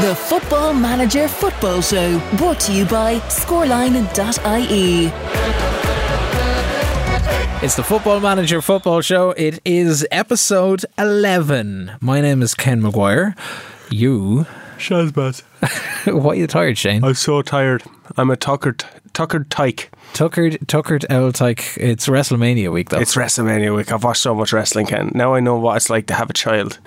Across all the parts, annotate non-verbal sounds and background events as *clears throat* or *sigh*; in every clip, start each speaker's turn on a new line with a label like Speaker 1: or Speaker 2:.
Speaker 1: The Football Manager Football Show, brought to you by scoreline.ie.
Speaker 2: It's the Football Manager Football Show. It is episode 11. My name is Ken McGuire. You. *laughs*
Speaker 3: Shazbat.
Speaker 2: Why are you tired, Shane?
Speaker 3: I'm so tired. I'm a tuckered, tuckered tyke.
Speaker 2: Tuckered, tuckered owl tyke. It's WrestleMania week, though.
Speaker 3: It's WrestleMania week. I've watched so much wrestling, Ken. Now I know what it's like to have a *laughs* child.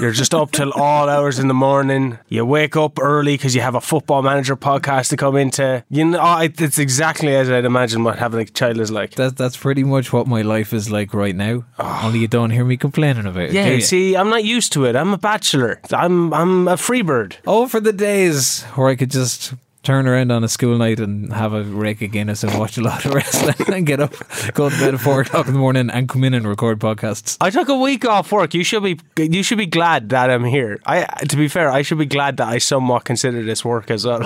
Speaker 3: You're just up till all hours in the morning. You wake up early because you have a football manager podcast to come into. You know, I- it's exactly as I'd imagine what having a child is like.
Speaker 2: that, that's pretty much what my life is like right now. Only you don't hear me complaining about it.
Speaker 3: Ah. Yeah,
Speaker 2: do you?
Speaker 3: see, I'm not used to it. I'm a bachelor. I'm I'm a free bird.
Speaker 2: Oh, for the days where I could just turn around on a school night and have a rake of Guinness and watch a lot of *laughs* wrestling and get up, go to bed at four o'clock in the morning and come in and record podcasts.
Speaker 3: I took a week off work. You should be you should be glad that I'm here. I to be fair, I should be glad that I somewhat consider this work as well. *laughs*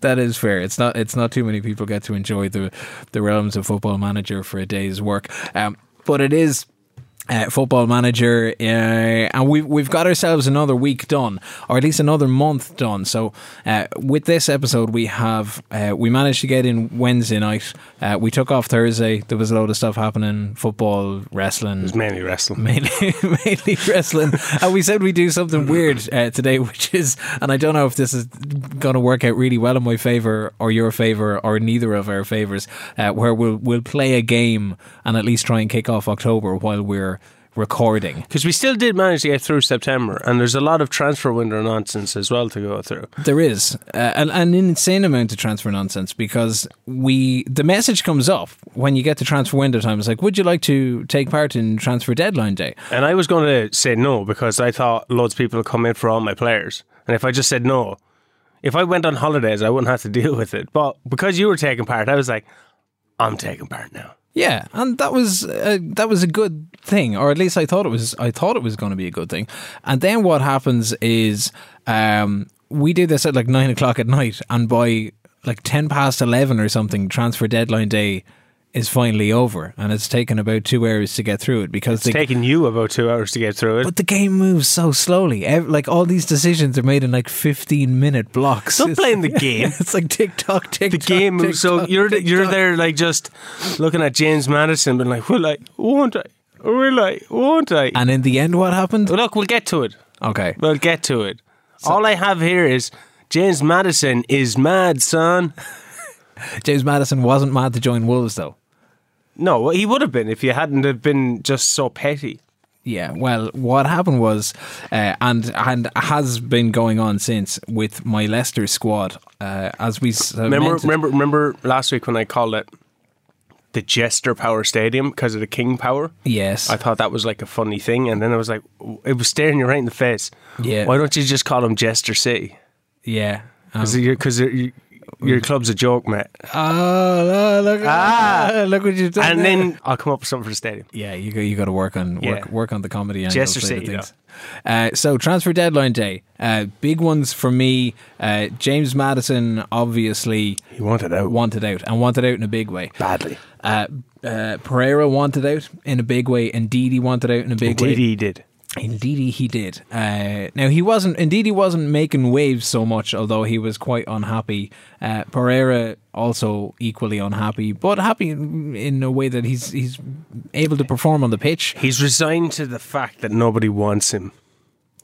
Speaker 2: That is fair. It's not. It's not too many people get to enjoy the the realms of football manager for a day's work. Um, but it is. Uh, football manager, uh, and we've we've got ourselves another week done, or at least another month done. So uh, with this episode, we have uh, we managed to get in Wednesday night. Uh, we took off Thursday. There was a load of stuff happening: football, wrestling,
Speaker 3: Mainly wrestling.
Speaker 2: mainly *laughs* mainly wrestling. And we said we do something weird uh, today, *laughs* which is, and I don't know if this is going to work out really well in my favor or your favor or neither of our favors, uh, where we'll we'll play a game and at least try and kick off October while we're recording.
Speaker 3: Because we still did manage to get through September, and there's a lot of transfer window nonsense as well to go through.
Speaker 2: There is uh, an, an insane amount of transfer nonsense because we the message comes up when you get to transfer window time. It's like, would you like to take part in transfer deadline day?
Speaker 3: And I was going to say no because I thought loads of people would come in for all my players. And if I just said no, if I went on holidays, I wouldn't have to *laughs* deal with it. But because you were taking part, I was like, I'm taking part now.
Speaker 2: Yeah, and that was uh, that was a good thing, or at least I thought it was. I thought it was going to be a good thing. And then what happens is um, we do this at like nine o'clock at night, and by like ten past eleven or something, transfer deadline day is finally over, and it's taken about two hours to get through it because
Speaker 3: It's
Speaker 2: they,
Speaker 3: taking you about two hours to get through it.
Speaker 2: but the game moves so slowly. Ev- Like all these decisions are made in like fifteen minute blocks.
Speaker 3: Don't
Speaker 2: It's- *laughs*
Speaker 3: blame the game.
Speaker 2: It's like tick tock, tick
Speaker 3: The game moves so you're you're there like just looking at James Madison, being like, will I? Won't I? Will I? Won't I?
Speaker 2: And in the end, what happened?
Speaker 3: Look, we'll get to it.
Speaker 2: Okay,
Speaker 3: We'll get to it. All I have here is James Madison is mad, son.
Speaker 2: James Madison wasn't mad to join Wolves though.
Speaker 3: No, well, he would have been if you hadn't have been just so petty.
Speaker 2: Yeah, well, what happened was, uh, and and has been going on since with my Leicester squad, uh, as we s-
Speaker 3: Remember,
Speaker 2: mentioned-
Speaker 3: remember, remember last week when I called it the Jester Power Stadium because of the King Power.
Speaker 2: yes,
Speaker 3: I thought that was like a funny thing, and then I was like, it was staring you right in the face.
Speaker 2: Yeah.
Speaker 3: Why don't you just call him Jester City?
Speaker 2: yeah. Um,
Speaker 3: Because your club's a joke, mate.
Speaker 2: oh, look, ah, look what you've done!
Speaker 3: And
Speaker 2: there.
Speaker 3: then I'll come up with something for the stadium.
Speaker 2: yeah, you got you got to work on work,
Speaker 3: Yeah.
Speaker 2: work on the comedy and
Speaker 3: Chester
Speaker 2: side of
Speaker 3: City,
Speaker 2: things. Uh, so transfer deadline day, uh, big ones for me. Uh, James Madison obviously
Speaker 3: He wanted out
Speaker 2: wanted out and wanted out in a big way.
Speaker 3: badly.
Speaker 2: Uh, uh, Pereira wanted out in a big way. Indeed, he wanted out in a big way.
Speaker 3: Indeed, he did.
Speaker 2: Indeed, he did. Uh, now he wasn't. Indeed, he wasn't making waves so much, although he was quite unhappy. Uh, Pereira also equally unhappy, but happy in, in a way that he's he's able to perform on the pitch.
Speaker 3: He's resigned to the fact that nobody wants him.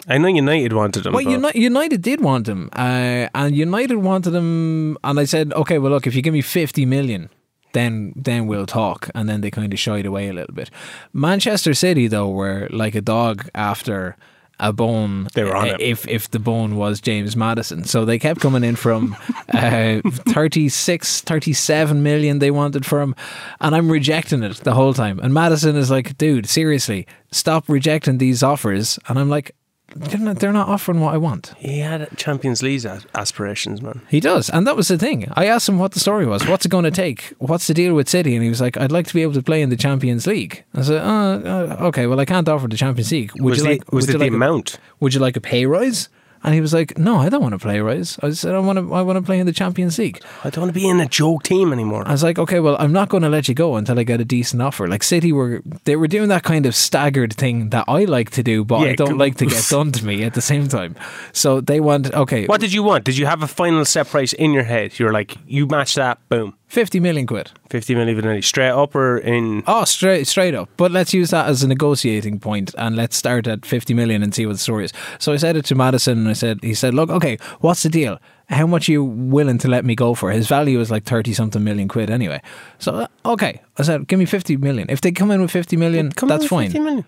Speaker 3: I know United wanted him.
Speaker 2: Well,
Speaker 3: but-
Speaker 2: United, United did want him, uh, and United wanted him, and I said, okay, well, look, if you give me fifty million, then then we'll talk. And then they kind of shied away a little bit. Manchester City, though, were like a dog after a bone.
Speaker 3: They were on
Speaker 2: uh,
Speaker 3: it.
Speaker 2: If if the bone was James Madison, so they kept coming in from uh, 36, 37 million they wanted for him, and I'm rejecting it the whole time. And Madison is like, dude, seriously, stop rejecting these offers. And I'm like. They're not, they're not offering what I want.
Speaker 3: He had Champions League as- aspirations, man.
Speaker 2: He does. And that was the thing. I asked him what the story was. What's it going to take? What's the deal with City? And he was like, I'd like to be able to play in the Champions League. I said, uh, uh, okay, well, I can't offer the Champions League. Would
Speaker 3: was
Speaker 2: you
Speaker 3: the,
Speaker 2: like,
Speaker 3: was
Speaker 2: would
Speaker 3: it
Speaker 2: you
Speaker 3: the
Speaker 2: like a,
Speaker 3: amount?
Speaker 2: Would you like a pay rise? And he was like, "No, I don't want to play Rise." I said, "I want to. I want to play in the Champions League."
Speaker 3: I don't want to be in a joke team anymore.
Speaker 2: I was like, okay, well, I'm not going to let you go until I get a decent offer. Like City were, they were doing that kind of staggered thing that I like to do, but
Speaker 3: Yeah,
Speaker 2: I don't
Speaker 3: cool.
Speaker 2: like to
Speaker 3: *laughs*
Speaker 2: get done to me at the same time. So they want, okay,
Speaker 3: What did you want? Did you have a final set price in your head? You're like, you match that, boom,
Speaker 2: 50 million quid.
Speaker 3: fifty million Vanilli, straight up or in?
Speaker 2: Oh, straight, straight up. But let's use that as a negotiating point and let's start at 50 million and see what the story is. So I said it to Madison and I said, he said, look, okay, what's the deal? How much are you willing to let me go for? His value is like 30 something million quid anyway. So, uh, okay. I said, give me 50 million. If they come in with 50 million,
Speaker 3: Come on,
Speaker 2: that's fine.
Speaker 3: 50 million.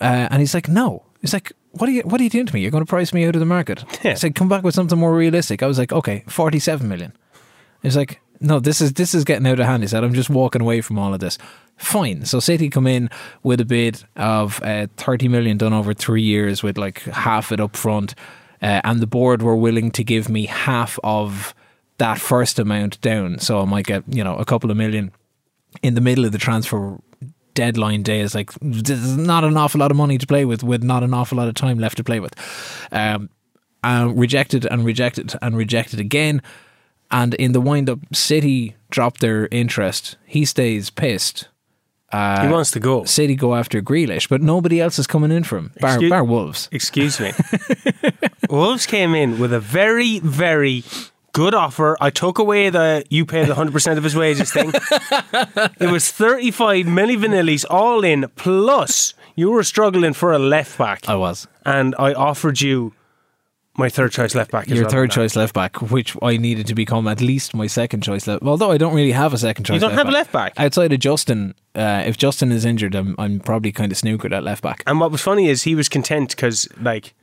Speaker 2: Uh, and he's like, no. He's like, what are you? What are you doing to me? You're going to price me out of the market.
Speaker 3: Yeah.
Speaker 2: I said, come back with something more realistic. I was like, okay, forty-seven million. He's like, no, this is this is getting out of hand. He said, I'm just walking away from all of this. Fine. So City come in with a bid of uh, thirty million done over three years, with like half it up front, uh, and the board were willing to give me half of that first amount down, so I might get you know a couple of million in the middle of the transfer deadline day is like this is not an awful lot of money to play with with not an awful lot of time left to play with um, uh, rejected and rejected and rejected again and in the wind up city drop their interest he stays pissed
Speaker 3: he
Speaker 2: Uh,
Speaker 3: wants to go.
Speaker 2: city go after Grealish but nobody else is coming in for him bar,
Speaker 3: Excuse-
Speaker 2: bar wolves
Speaker 3: Excuse me. Wolves came in with a very, very good offer. I took away the you pay the 100% of his wages thing. it was 35 milli vanillis all in, plus you were struggling for a left back.
Speaker 2: I was
Speaker 3: And I offered you my third choice left back. as
Speaker 2: your
Speaker 3: well.
Speaker 2: third choice left back, which I needed to become at least my second choice left. Although I don't really have a second choice.
Speaker 3: don't
Speaker 2: left
Speaker 3: have a
Speaker 2: back.
Speaker 3: left back?
Speaker 2: outside of Justin. Uh, if Justin is injured, I'm I'm probably kind of snookered at left back.
Speaker 3: And what was funny is he was content because, like,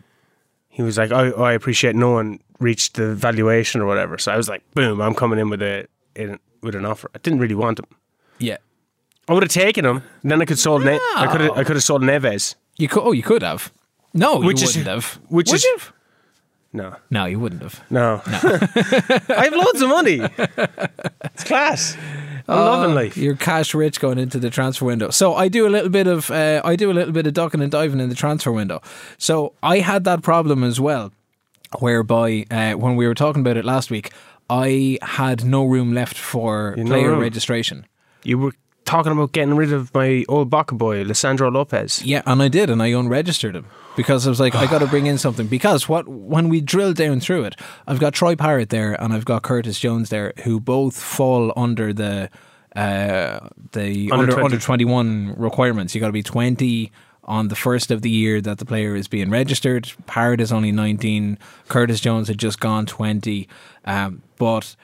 Speaker 3: he was like, I, I appreciate no one reached the valuation or whatever. So I was like, boom, I'm coming in with a in, with an offer. I didn't really want him.
Speaker 2: Yeah,
Speaker 3: I would have er taken him. and Then I could sold. Ne- I could. I could have sold Neves.
Speaker 2: you could. Oh, you could have. No,
Speaker 3: Which
Speaker 2: you
Speaker 3: is-
Speaker 2: wouldn't have.
Speaker 3: which
Speaker 2: Would
Speaker 3: is-
Speaker 2: you have?
Speaker 3: No,
Speaker 2: No, you wouldn't have.
Speaker 3: no. *laughs* I have loads of money. It's class. I'm
Speaker 2: Uh,
Speaker 3: loving life.
Speaker 2: You're cash rich going into the transfer window. So I do a little bit of uh, I do a little bit of ducking and diving in the transfer window. So I had that problem as well, whereby uh, when we were talking about it last week, I had no room left for
Speaker 3: no
Speaker 2: player
Speaker 3: room.
Speaker 2: registration.
Speaker 3: You were talking about getting rid of my old Baca boy, Lissandro Lopez.
Speaker 2: Yeah, and I did, and I unregistered him because I was like, I got to bring in something. Because what when we drill down through it, I've got Troy Parrott there, and I've got Curtis Jones there, who both fall under the uh, the
Speaker 3: Under
Speaker 2: under
Speaker 3: 20.
Speaker 2: under twenty one requirements. You got to be twenty on the first of the year that the player is being registered. Parrott is only nineteen. Curtis Jones had just gone twenty, um, but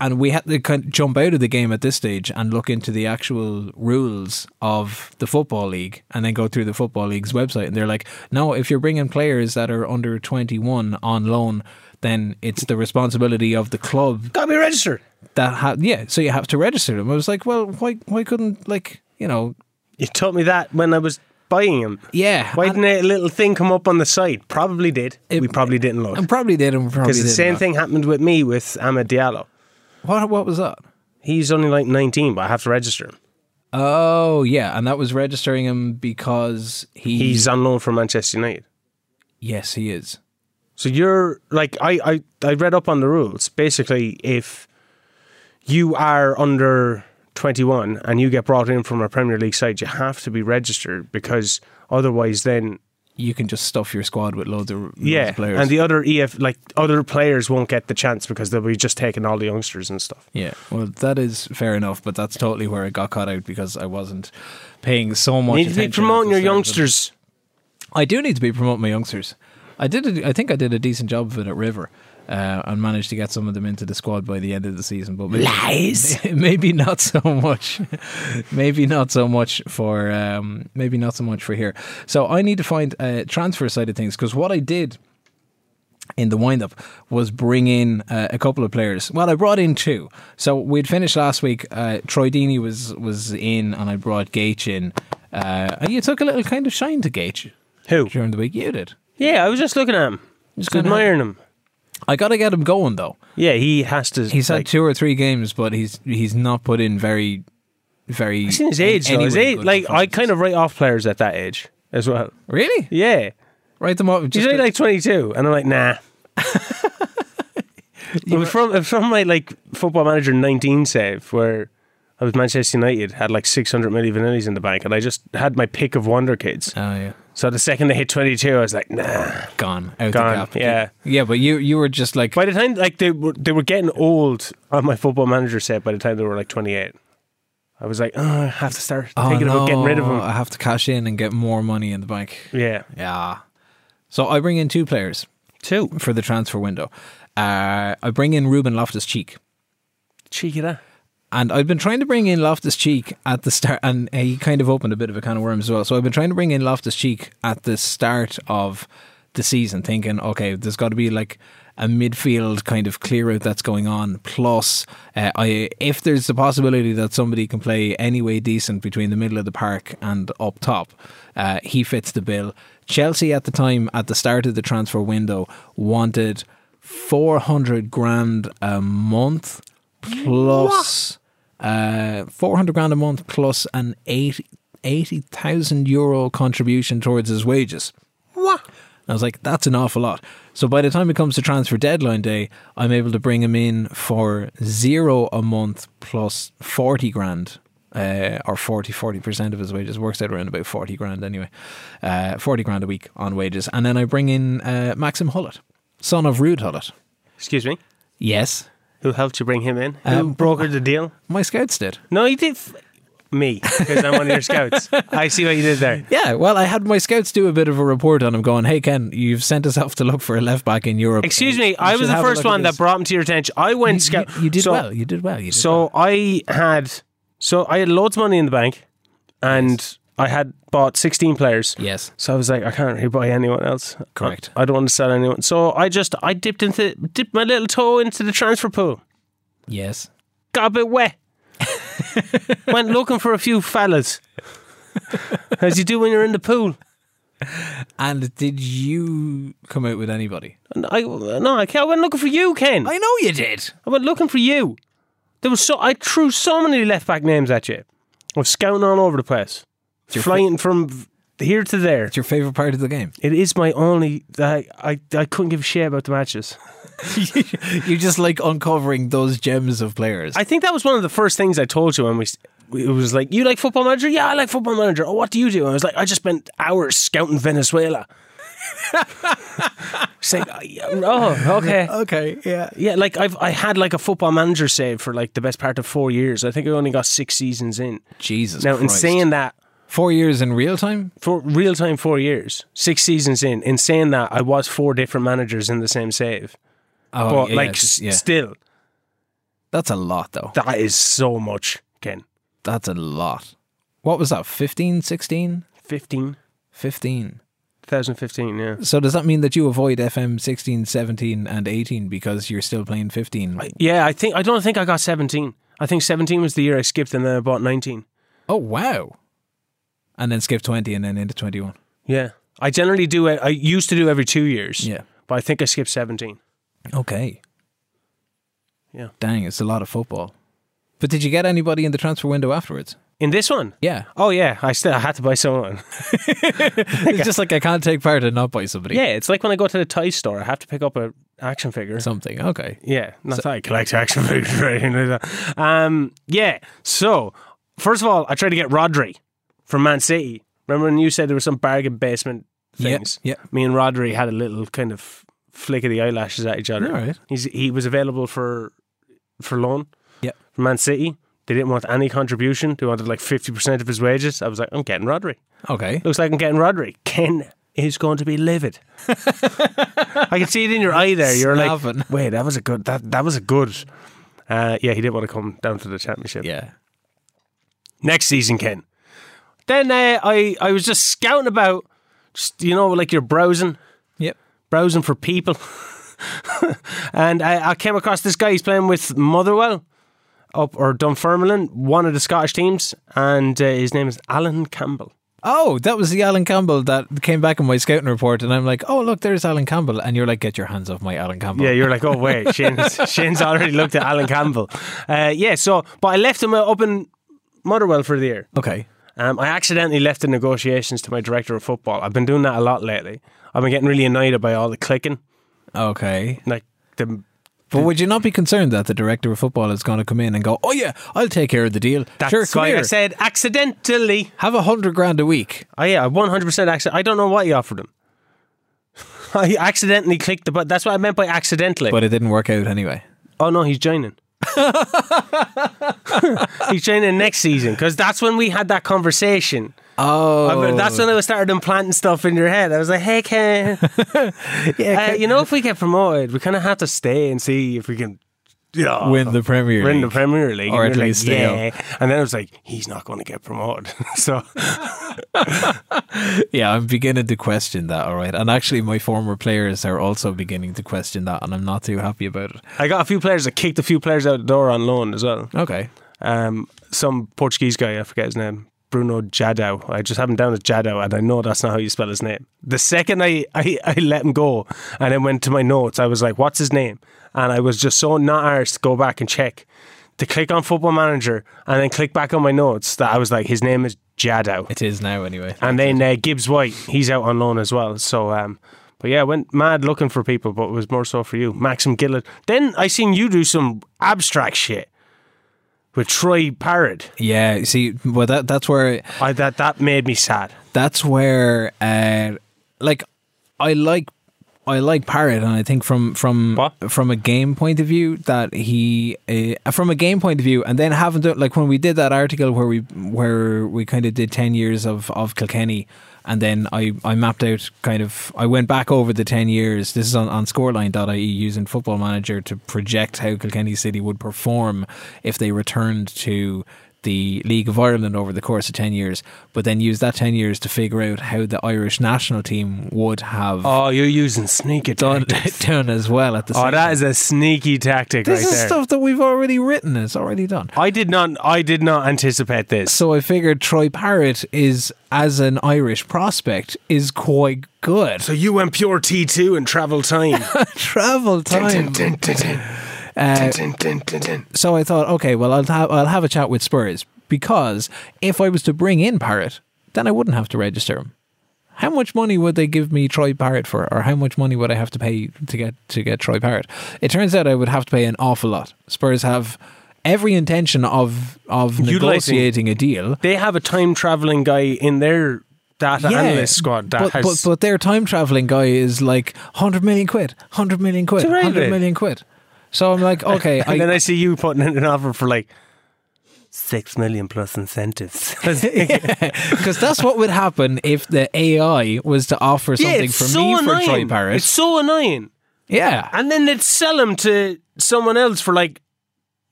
Speaker 2: and we had to kind of jump out of the game at this stage and look into the actual rules of the football league and then go through the football league's website and they're like no if you're bringing players that are under 21 on loan then it's the responsibility of the club
Speaker 3: Got me registered.
Speaker 2: that ha- yeah so you have to register them i was like well why why couldn't like you know
Speaker 3: You taught me that when I was buying him.
Speaker 2: yeah
Speaker 3: Why
Speaker 2: and-
Speaker 3: didn't a little thing come up on the site? Probably did.
Speaker 2: It-
Speaker 3: we probably didn't
Speaker 2: and
Speaker 3: look.
Speaker 2: probably did and probably
Speaker 3: Because the
Speaker 2: didn't
Speaker 3: same
Speaker 2: know.
Speaker 3: thing happened with me with Ahmed Diallo.
Speaker 2: what what was that
Speaker 3: He's only like 19, but I have to register him.
Speaker 2: oh yeah and that was registering him because he
Speaker 3: He's on loan from Manchester United.
Speaker 2: yes he is
Speaker 3: So you're like I, I I read up on the rules. Basically, if you are under 21 and you get brought in from a Premier League side, you have to be registered because otherwise, then
Speaker 2: you can just stuff your squad with loads of, loads of
Speaker 3: yeah,
Speaker 2: players
Speaker 3: and the other EF like other players won't get the chance because they'll be just taking all the youngsters and stuff.
Speaker 2: Yeah, well, that is fair enough, but that's totally where it got caught out because I wasn't paying so much.
Speaker 3: You need to be
Speaker 2: attention at
Speaker 3: promoting
Speaker 2: the
Speaker 3: your
Speaker 2: start of it.
Speaker 3: youngsters.
Speaker 2: I do need to be promoting my youngsters. I did. A, I think I did a decent job of it at River, uh, and managed to get some of them into the squad by the end of the season. But maybe, lies. *laughs* Maybe not so much. *laughs* maybe not so much for. Um, maybe not so much for here. So I need to find a transfer side of things because what I did in the wind up was bring in uh, a couple of players. Well, I brought in two. So we'd finished last week. Uh, Troy Deeney was was in, and I brought Gage in. Uh, and you took a little kind of shine to Gage
Speaker 3: Who?
Speaker 2: during the week. You did.
Speaker 3: Yeah, I was just looking at him, just
Speaker 2: kinda-
Speaker 3: admiring him.
Speaker 2: I got to get him going though.
Speaker 3: Yeah, he has to.
Speaker 2: He's
Speaker 3: like-
Speaker 2: had two or three games, but he's he's not put in very, very.
Speaker 3: I've seen his age though. His age, like I kind of write off players at that age as well.
Speaker 2: really.
Speaker 3: Yeah,
Speaker 2: Write them off.
Speaker 3: She's
Speaker 2: Just
Speaker 3: only like 22. And I'm
Speaker 2: *laughs*
Speaker 3: like, nah. it was from, it was from my like football manager 19 save where I was Manchester United, had like 600 milli vanillis in the bank. And I just had my pick of Wonder Kids.
Speaker 2: oh yeah,
Speaker 3: So the second they hit 22, I was like, nah.
Speaker 2: gone out
Speaker 3: Gone,
Speaker 2: the gap.
Speaker 3: yeah.
Speaker 2: yeah, but you you were just like
Speaker 3: By the time like they were, they were getting old on my football manager set by the time they were like 28. I was like, oh, I have to start
Speaker 2: oh,
Speaker 3: thinking about getting rid of
Speaker 2: no,
Speaker 3: them.
Speaker 2: I have to cash in and get more money in the bank.
Speaker 3: Yeah.
Speaker 2: Yeah. So I bring in two players
Speaker 3: Two.
Speaker 2: for the transfer window. Uh, I bring in Ruben Loftus Cheek.
Speaker 3: Cheeky that.
Speaker 2: And I've been trying to bring in Loftus Cheek at the start, and uh, he kind of opened a bit of a can of worms as well. So I've been trying to bring in Loftus Cheek at the start of the season, thinking, okay, there's got to be like a midfield kind of clear out that's going on. Plus, uh, I, if there's the possibility that somebody can play any way decent between the middle of the park and up top, uh, he fits the bill. Chelsea at the time, at the start of the transfer window, wanted 400 grand a month plus uh, 400 grand a month plus an 80 80,000 euro contribution towards his wages.
Speaker 3: What?
Speaker 2: And I was like, that's an awful lot. So by the time it comes to transfer deadline day, I'm able to bring him in for zero a month plus 40 grand. Uh, or 40 40% of his wages works out around about 40 grand anyway uh, 40 grand a week on wages and then I bring in uh, Maxim Hullett son of Rude Hullett
Speaker 3: Excuse me.
Speaker 2: yes
Speaker 3: Who helped you bring him in? Who
Speaker 2: Um,
Speaker 3: brokered the deal?
Speaker 2: my scouts did
Speaker 3: No, you did. F- me, because I'm one of your scouts.
Speaker 2: *laughs*
Speaker 3: I see what you did there.
Speaker 2: Yeah, well, I had my scouts do a bit of a report on him, going, "Hey Ken, you've sent us off to look for a left back in Europe."
Speaker 3: Excuse
Speaker 2: You
Speaker 3: me, I
Speaker 2: should
Speaker 3: was the
Speaker 2: have a
Speaker 3: first
Speaker 2: look at
Speaker 3: one that
Speaker 2: this."
Speaker 3: brought him to your attention. I went
Speaker 2: You,
Speaker 3: scout.
Speaker 2: you, you did
Speaker 3: so,
Speaker 2: well. You did well. You did well.
Speaker 3: So I had, so I had loads of money in the bank, and I had bought 16 players.
Speaker 2: yes,
Speaker 3: So I was like, I can't really buy anyone else.
Speaker 2: Correct.
Speaker 3: I, I don't want to sell anyone. So I just, I dipped into, dipped my little toe into the transfer pool.
Speaker 2: yes.
Speaker 3: got a
Speaker 2: *laughs*
Speaker 3: bit wet. Went looking for a few fellas. As you do when you're in the pool.
Speaker 2: And did you come out with anybody?
Speaker 3: And I no, I, can't- I went looking for you, Ken. I,
Speaker 2: I know you did.
Speaker 3: went looking for you. There was so I threw so many left back names at you. I was scouting all over the place, flying from v- here to there.
Speaker 2: It's your favorite part of the game.
Speaker 3: It is my only. I, I I couldn't give a shit about the matches.
Speaker 2: you just like uncovering those gems of players.
Speaker 3: I think that was one of the first things I told you when we. s- It was like, you like Football Manager? Yeah, I like Football Manager. Oh, what do you do? And I was like, I just spent hours scouting Venezuela. *laughs* It's like, oh, yeah, oh, okay.
Speaker 2: okay. Yeah.
Speaker 3: Yeah, like I've I had like a football manager save for like the best part of four years. I think I only got six seasons in.
Speaker 2: Jesus.
Speaker 3: Now, in
Speaker 2: Christ.
Speaker 3: saying that,
Speaker 2: Four years in real time.
Speaker 3: for real time, four years, six seasons in. In saying that, I was four different managers in the same save,
Speaker 2: Oh,
Speaker 3: but
Speaker 2: yeah,
Speaker 3: like
Speaker 2: it's just-
Speaker 3: s-
Speaker 2: yeah.
Speaker 3: still,
Speaker 2: That's a lot, though.
Speaker 3: that is so much. Ken,
Speaker 2: That's a lot. What was that? 15, 16,
Speaker 3: 15,
Speaker 2: 15.
Speaker 3: 2015, yeah.
Speaker 2: So does that mean that you avoid FM 16, 17 and 18 because you're still playing 15?
Speaker 3: Yeah, I think I don't think I got 17. I think 17 was the year I skipped and then I bought 19.
Speaker 2: oh wow. And then skip 20 and then into 21.
Speaker 3: Yeah. I generally do it I used to do every 2 years.
Speaker 2: Yeah.
Speaker 3: But I think I skipped 17.
Speaker 2: Okay.
Speaker 3: Yeah.
Speaker 2: Dang, it's a lot of football. But did you get anybody in the transfer window afterwards?
Speaker 3: In this one? *laughs*
Speaker 2: Yeah.
Speaker 3: Oh yeah, I still I had to buy someone.
Speaker 2: It's just like I can't take part and not buy somebody.
Speaker 3: yeah, it's like when I go to the toy store, I have to pick up a action figure.
Speaker 2: Something. Okay.
Speaker 3: yeah, not that I collect action *laughs* figures or anything like that. Um, yeah. So, first of all, I tried to get Rodri from Man City. Remember when you said there were some bargain basement
Speaker 2: Yeah,
Speaker 3: things?
Speaker 2: yeah.
Speaker 3: Me and Rodri had a little kind of flick of the eyelashes at each other.
Speaker 2: All right.
Speaker 3: He's, he was available for for loan
Speaker 2: Yep.
Speaker 3: from Man City. They didn't want any contribution. They wanted like 50% of his wages. I was like, I'm getting Rodri.
Speaker 2: Okay.
Speaker 3: Looks like I'm getting Rodri. Ken is going to be livid. I can see it in your eye there. You're
Speaker 2: Snapping.
Speaker 3: like, wait, that was a good. That that was a good. Uh, yeah, he didn't want to come down to the championship.
Speaker 2: Yeah.
Speaker 3: Next season, Ken. Then uh, I I was just scouting about, just you know, like you're browsing,
Speaker 2: Yep.
Speaker 3: browsing for people, *laughs* and I, I came across this guy. He's playing with Motherwell. Up or Dunfermline, one of the Scottish teams, and uh, his name is Alan Campbell.
Speaker 2: Oh, that was the Alan Campbell that came back in my scouting report, and I'm like, "Oh, look, there's Alan Campbell," and you're like, "Get your hands off my Alan Campbell!"
Speaker 3: Yeah, you're like,
Speaker 2: *laughs*
Speaker 3: oh wait, Shane's, Shane's already looked at Alan Campbell. Uh, yeah, so but I left him up in Motherwell for the year,
Speaker 2: Okay.
Speaker 3: Um, I accidentally left the negotiations to my director of football. I've been doing that a lot lately. I've been getting really annoyed by all the clicking,
Speaker 2: Okay.
Speaker 3: like the
Speaker 2: But would you not be concerned that the director of football is going to come in and go, oh, yeah, I'll take care of the deal.
Speaker 3: that's
Speaker 2: sure, come
Speaker 3: why I
Speaker 2: here.
Speaker 3: said accidentally.
Speaker 2: Have a hundred grand a week.
Speaker 3: Oh yeah, one hundred percent accident. I don't know what he offered him. *laughs* I accidentally clicked the button. That's what I meant by accidentally.
Speaker 2: But it didn't work out anyway.
Speaker 3: oh no, he's
Speaker 2: *laughs*
Speaker 3: joining. *laughs* he's joining next season because that's when we had that conversation. I
Speaker 2: Oh.
Speaker 3: mean, that's when I was started implanting stuff in your head. I was like, "Hey,
Speaker 2: *laughs*
Speaker 3: Ken, uh, you know, if we get promoted, we kind of have to stay and see if we can, you know,
Speaker 2: win the Premier
Speaker 3: win the
Speaker 2: League.
Speaker 3: Premier League,
Speaker 2: Or
Speaker 3: And
Speaker 2: at
Speaker 3: you're like,
Speaker 2: least stay up.
Speaker 3: yeah." And then I was like, "He's not going to get promoted." *laughs* so
Speaker 2: Yeah, I'm beginning to question that, all right. And actually, my former players are also beginning to question that, and I'm not too happy about it.
Speaker 3: I got a few players. I kicked a few players out the door on loan as well.
Speaker 2: Okay.
Speaker 3: um, some Portuguese guy, I forget his name, Bruno Jadao. I just have him down as Jadao, and I know that's not how you spell his name. The second I, I, I let him go and then went to my notes, I was like, what's his name? And I was just so not arsed to go back and check to click on Football Manager and then click back on my notes that I was like, his name is Jadao.
Speaker 2: It is now, anyway.
Speaker 3: And then uh, Gibbs White, he's out on loan as well. So, um, but yeah, I went mad looking for people, but it was more so for you, Maxim Gillett. Then I seen you do some abstract shit with Troy Parrott.
Speaker 2: Yeah, you see, well, that that's where
Speaker 3: I, that that made me sad.
Speaker 2: that's where uh, like I like I like Parrot, and I think from from
Speaker 3: What?
Speaker 2: from a game point of view that he uh, from a game point of view, and then having to like when we did that article where we where we kind of did ten years of of Kilkenny. And then I, I mapped out kind of I went back over the ten years. This is on, on scoreline.ie E using football manager to project how Kilkenny City would perform if they returned to the League of Ireland over the course of 10 years, but then use that 10 years to figure out how the Irish national team would have
Speaker 3: Oh, you're using sneaky
Speaker 2: done,
Speaker 3: tactics.
Speaker 2: *laughs* done as well at the same
Speaker 3: *laughs* Oh, that
Speaker 2: time.
Speaker 3: is a sneaky tactic
Speaker 2: This
Speaker 3: right
Speaker 2: is
Speaker 3: there.
Speaker 2: stuff that we've already written, it's already done.
Speaker 3: I did not. I did not anticipate this.
Speaker 2: So I figured Troy Parrott is, as an Irish prospect, is quite good.
Speaker 3: So you went pure T two and travel time.
Speaker 2: Travel time. Uh,
Speaker 3: That's
Speaker 2: so I thought, okay, well, I'll have I'll have a chat with Spurs because if I was to bring in Parrot, then I wouldn't have to register him. How much money would they give me Troy Parrot for, or how much money would I have to pay to get to get Troy Parrot? It turns out I would have to pay an awful lot. Spurs have every intention of of
Speaker 3: Utilising-
Speaker 2: negotiating a deal.
Speaker 3: *laughs* They have a time traveling guy in their data analyst squad that
Speaker 2: but,
Speaker 3: has.
Speaker 2: but but their time traveling guy is like hundred million quid, hundred million quid,
Speaker 3: It's outrageous.
Speaker 2: hundred million quid. So I'm
Speaker 3: *laughs*
Speaker 2: like, okay,
Speaker 3: Oh,
Speaker 2: *laughs*
Speaker 3: and then I see you putting in an offer for like six million plus incentives. *laughs*
Speaker 2: Because that's what would happen if the AI was to offer something for me for Troy Parrott.
Speaker 3: It's so annoying.
Speaker 2: yeah,
Speaker 3: And then they'd sell him to someone else for like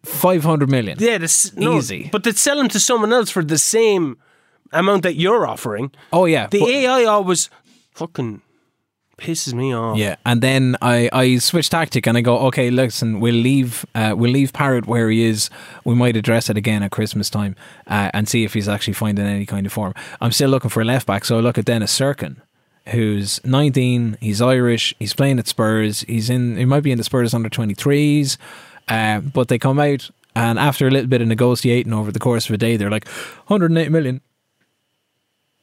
Speaker 2: five hundred million.
Speaker 3: yeah, this, no,
Speaker 2: Easy.
Speaker 3: But they'd sell him to someone else for the same amount that you're offering.
Speaker 2: Oh yeah,
Speaker 3: The
Speaker 2: but-
Speaker 3: AI always fucking pisses me off.
Speaker 2: yeah. And then I I switch tactic and I go, okay, listen, we'll leave uh, we'll leave Parrot where he is. We might address it again at Christmas time uh, and see if he's actually finding any kind of form. I'm still looking for a left back, so I look at Dennis Serkin. Who's 19? He's Irish. He's playing at Spurs. He's in. He might be in the Spurs under 23s, uh, but they come out and after a little bit of negotiating over the course of a day, they're like 108 million.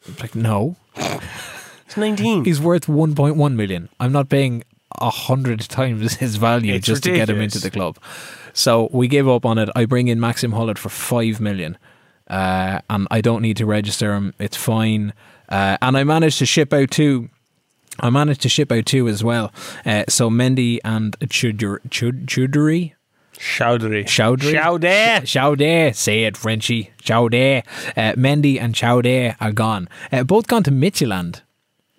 Speaker 2: It's like no,
Speaker 3: It's 19.
Speaker 2: He's worth 1.1 million. I'm not paying a hundred times *laughs* his value
Speaker 3: It's
Speaker 2: just to get him
Speaker 3: ridiculous.
Speaker 2: into the club. So we give up on it. I bring in Maxim Hollard for five million, uh, and I don't need to register him. It's fine, uh, and I managed to ship out two. I managed to ship out two as well. Uh, so Mendy and Chudur, Chud, Chuduri,
Speaker 3: Chowdery.
Speaker 2: Chowdhury?
Speaker 3: Chowder.
Speaker 2: Chowder, say it, Frenchie. Chowder. Uh, Mendy and Chowder are gone. Uh, both gone to Mitchelland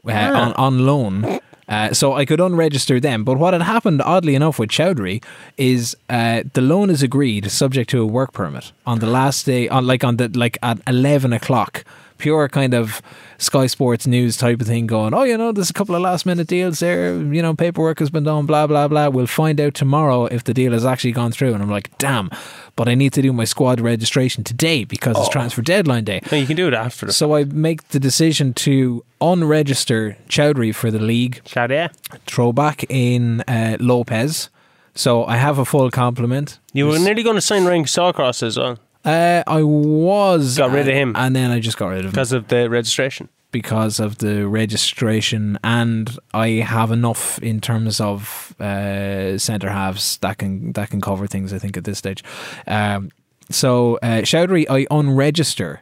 Speaker 2: uh, on, on loan. Uh, so I could unregister them. But what had happened, oddly enough, with Chowdhury is uh, the loan is agreed subject to a work permit on the last day, on like on the like at eleven o'clock. Pure kind of Sky Sports news type of thing going, oh, you know, there's a couple of last minute deals there. You know, paperwork has been done, blah, blah, blah. We'll find out tomorrow if the deal has actually gone through. And I'm like, damn, but I need to do my squad registration today because it's transfer deadline day.
Speaker 3: No, you can do it after.
Speaker 2: So I make the decision to unregister Chowdhury for the league,
Speaker 3: Chowder.
Speaker 2: throw back in uh, Lopez. So I have a full complement.
Speaker 3: You were nearly going to sign Ryan Sawcross as well.
Speaker 2: Uh, I was
Speaker 3: Got rid of him.
Speaker 2: and then I just got rid of him
Speaker 3: because of the registration.
Speaker 2: because of the registration, and I have enough in terms of uh, centre halves that can that can cover things. I think at this stage. Um, so uh, Chowdhury, I unregister,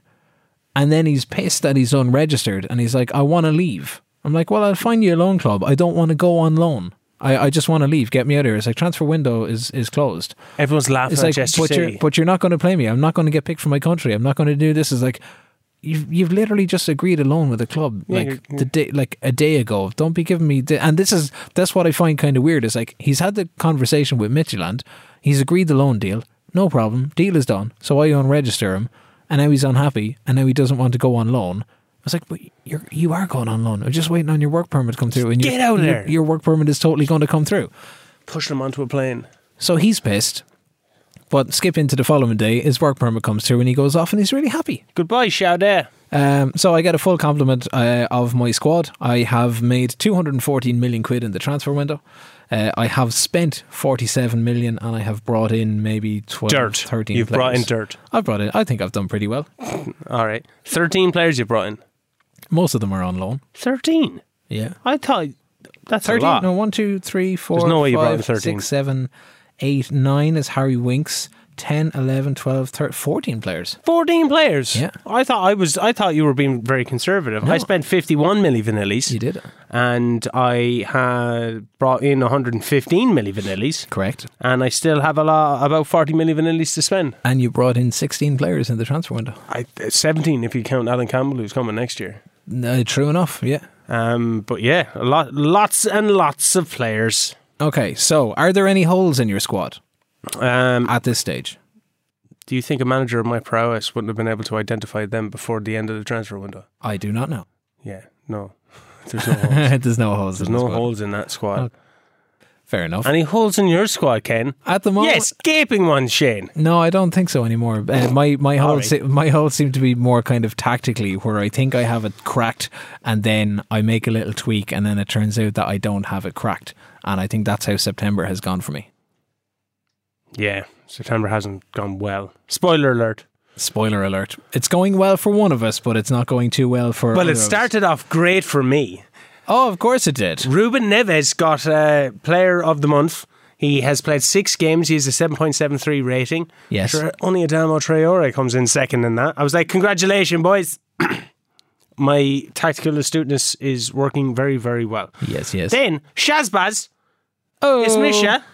Speaker 2: and then he's pissed that he's unregistered, and he's like, "I want to leave." I'm like, "Well, I'll find you a loan club. I don't want to go on loan. I, I just want to leave. Get me out of here." It's like transfer window is is closed.
Speaker 3: Everyone's laughing
Speaker 2: It's
Speaker 3: at
Speaker 2: like,
Speaker 3: Chester
Speaker 2: but you're,
Speaker 3: City.
Speaker 2: but you're not going to play me. I'm not going to get picked for my country. I'm not going to do this. Is like, you've you've literally just agreed alone with a club
Speaker 3: Yeah,
Speaker 2: like
Speaker 3: you're-
Speaker 2: the day like a day ago. Don't be giving me. thi- and this is that's what I find kind of weird. Is like he's had the conversation with Mitchelland. He's agreed the loan deal. No problem. Deal is done. So I unregister him, and now he's unhappy, and now he doesn't want to go on loan. I was like, but you're you are going on loan. I'm just waiting on your work permit to come through. And
Speaker 3: Get
Speaker 2: your,
Speaker 3: out of
Speaker 2: your-
Speaker 3: there.
Speaker 2: Your work permit is totally going to come through.
Speaker 3: pushing them onto a plane.
Speaker 2: So he's pissed. But skip into the following day, his work permit comes through and he goes off and he's really happy.
Speaker 3: Goodbye, Chowder.
Speaker 2: Um, so I get a full compliment uh, of my squad. I have made 214 million quid in the transfer window. Uh, I have spent 47 million and I have brought in maybe 12,
Speaker 3: Dirt.
Speaker 2: 13
Speaker 3: You've
Speaker 2: players.
Speaker 3: brought in dirt.
Speaker 2: I've brought in, I think I've done pretty well.
Speaker 3: All right. 13 players you brought in.
Speaker 2: Most of them are on loan.
Speaker 3: 13?
Speaker 2: Yeah.
Speaker 3: I thought that's
Speaker 2: 13?
Speaker 3: a lot.
Speaker 2: No, 1, 2, 3, 4,
Speaker 3: There's no way you brought in
Speaker 2: 5,
Speaker 3: 13.
Speaker 2: 6, 7, 8, 9 is Harry Winks. 10, 11, 12, 13, 14 players.
Speaker 3: 14 players.
Speaker 2: Yeah.
Speaker 3: I thought I was I thought you were being very conservative. I spent 51 milli vanillis.
Speaker 2: You did.
Speaker 3: And I had brought in 115 milli vanillis.
Speaker 2: Correct.
Speaker 3: And I still have a lot about 40 milli vanillis to spend.
Speaker 2: And you brought in 16 players in the transfer window.
Speaker 3: I 17 if you count Alan Campbell who's coming next year.
Speaker 2: No, Uh, true enough, yeah.
Speaker 3: Um, but yeah, a lot, lots and lots of players.
Speaker 2: Okay, so are there any holes in your squad
Speaker 3: Um,
Speaker 2: at this stage?
Speaker 3: do you think a manager of my prowess wouldn't have been able to identify them before the end of the transfer window?
Speaker 2: I do not know. *laughs*
Speaker 3: Yeah, no, *laughs* there's no holes.
Speaker 2: There's no holes in
Speaker 3: There's
Speaker 2: the
Speaker 3: no
Speaker 2: squad.
Speaker 3: holes in that squad.
Speaker 2: Fair enough.
Speaker 3: Any holes in your squad, Ken?
Speaker 2: At the moment,
Speaker 3: Yes, gaping one, Shane.
Speaker 2: No, I don't think so anymore. Uh, my my
Speaker 3: All
Speaker 2: whole
Speaker 3: right.
Speaker 2: se- my whole seem to be more kind of tactically, where I think I have it cracked, and then I make a little tweak, and then it turns out that I don't have it cracked, and I think that's how September has gone for me.
Speaker 3: Yeah, September hasn't gone well. Spoiler alert.
Speaker 2: Spoiler alert: It's going well for one of us, but it's not going too well for.
Speaker 3: Well,
Speaker 2: other
Speaker 3: it
Speaker 2: of us.
Speaker 3: started off great for me.
Speaker 2: Oh, of course it did.
Speaker 3: Ruben Neves got uh, Player of the Month. He has played six games. He has a 7.73 rating.
Speaker 2: Yes.
Speaker 3: Tra- only Adamo Traore comes in second in that. I was like, congratulations, boys. *coughs* My tactical astuteness is working very, very well.
Speaker 2: Yes, yes.
Speaker 3: Then Shazbaz
Speaker 2: oh,
Speaker 3: is Misha,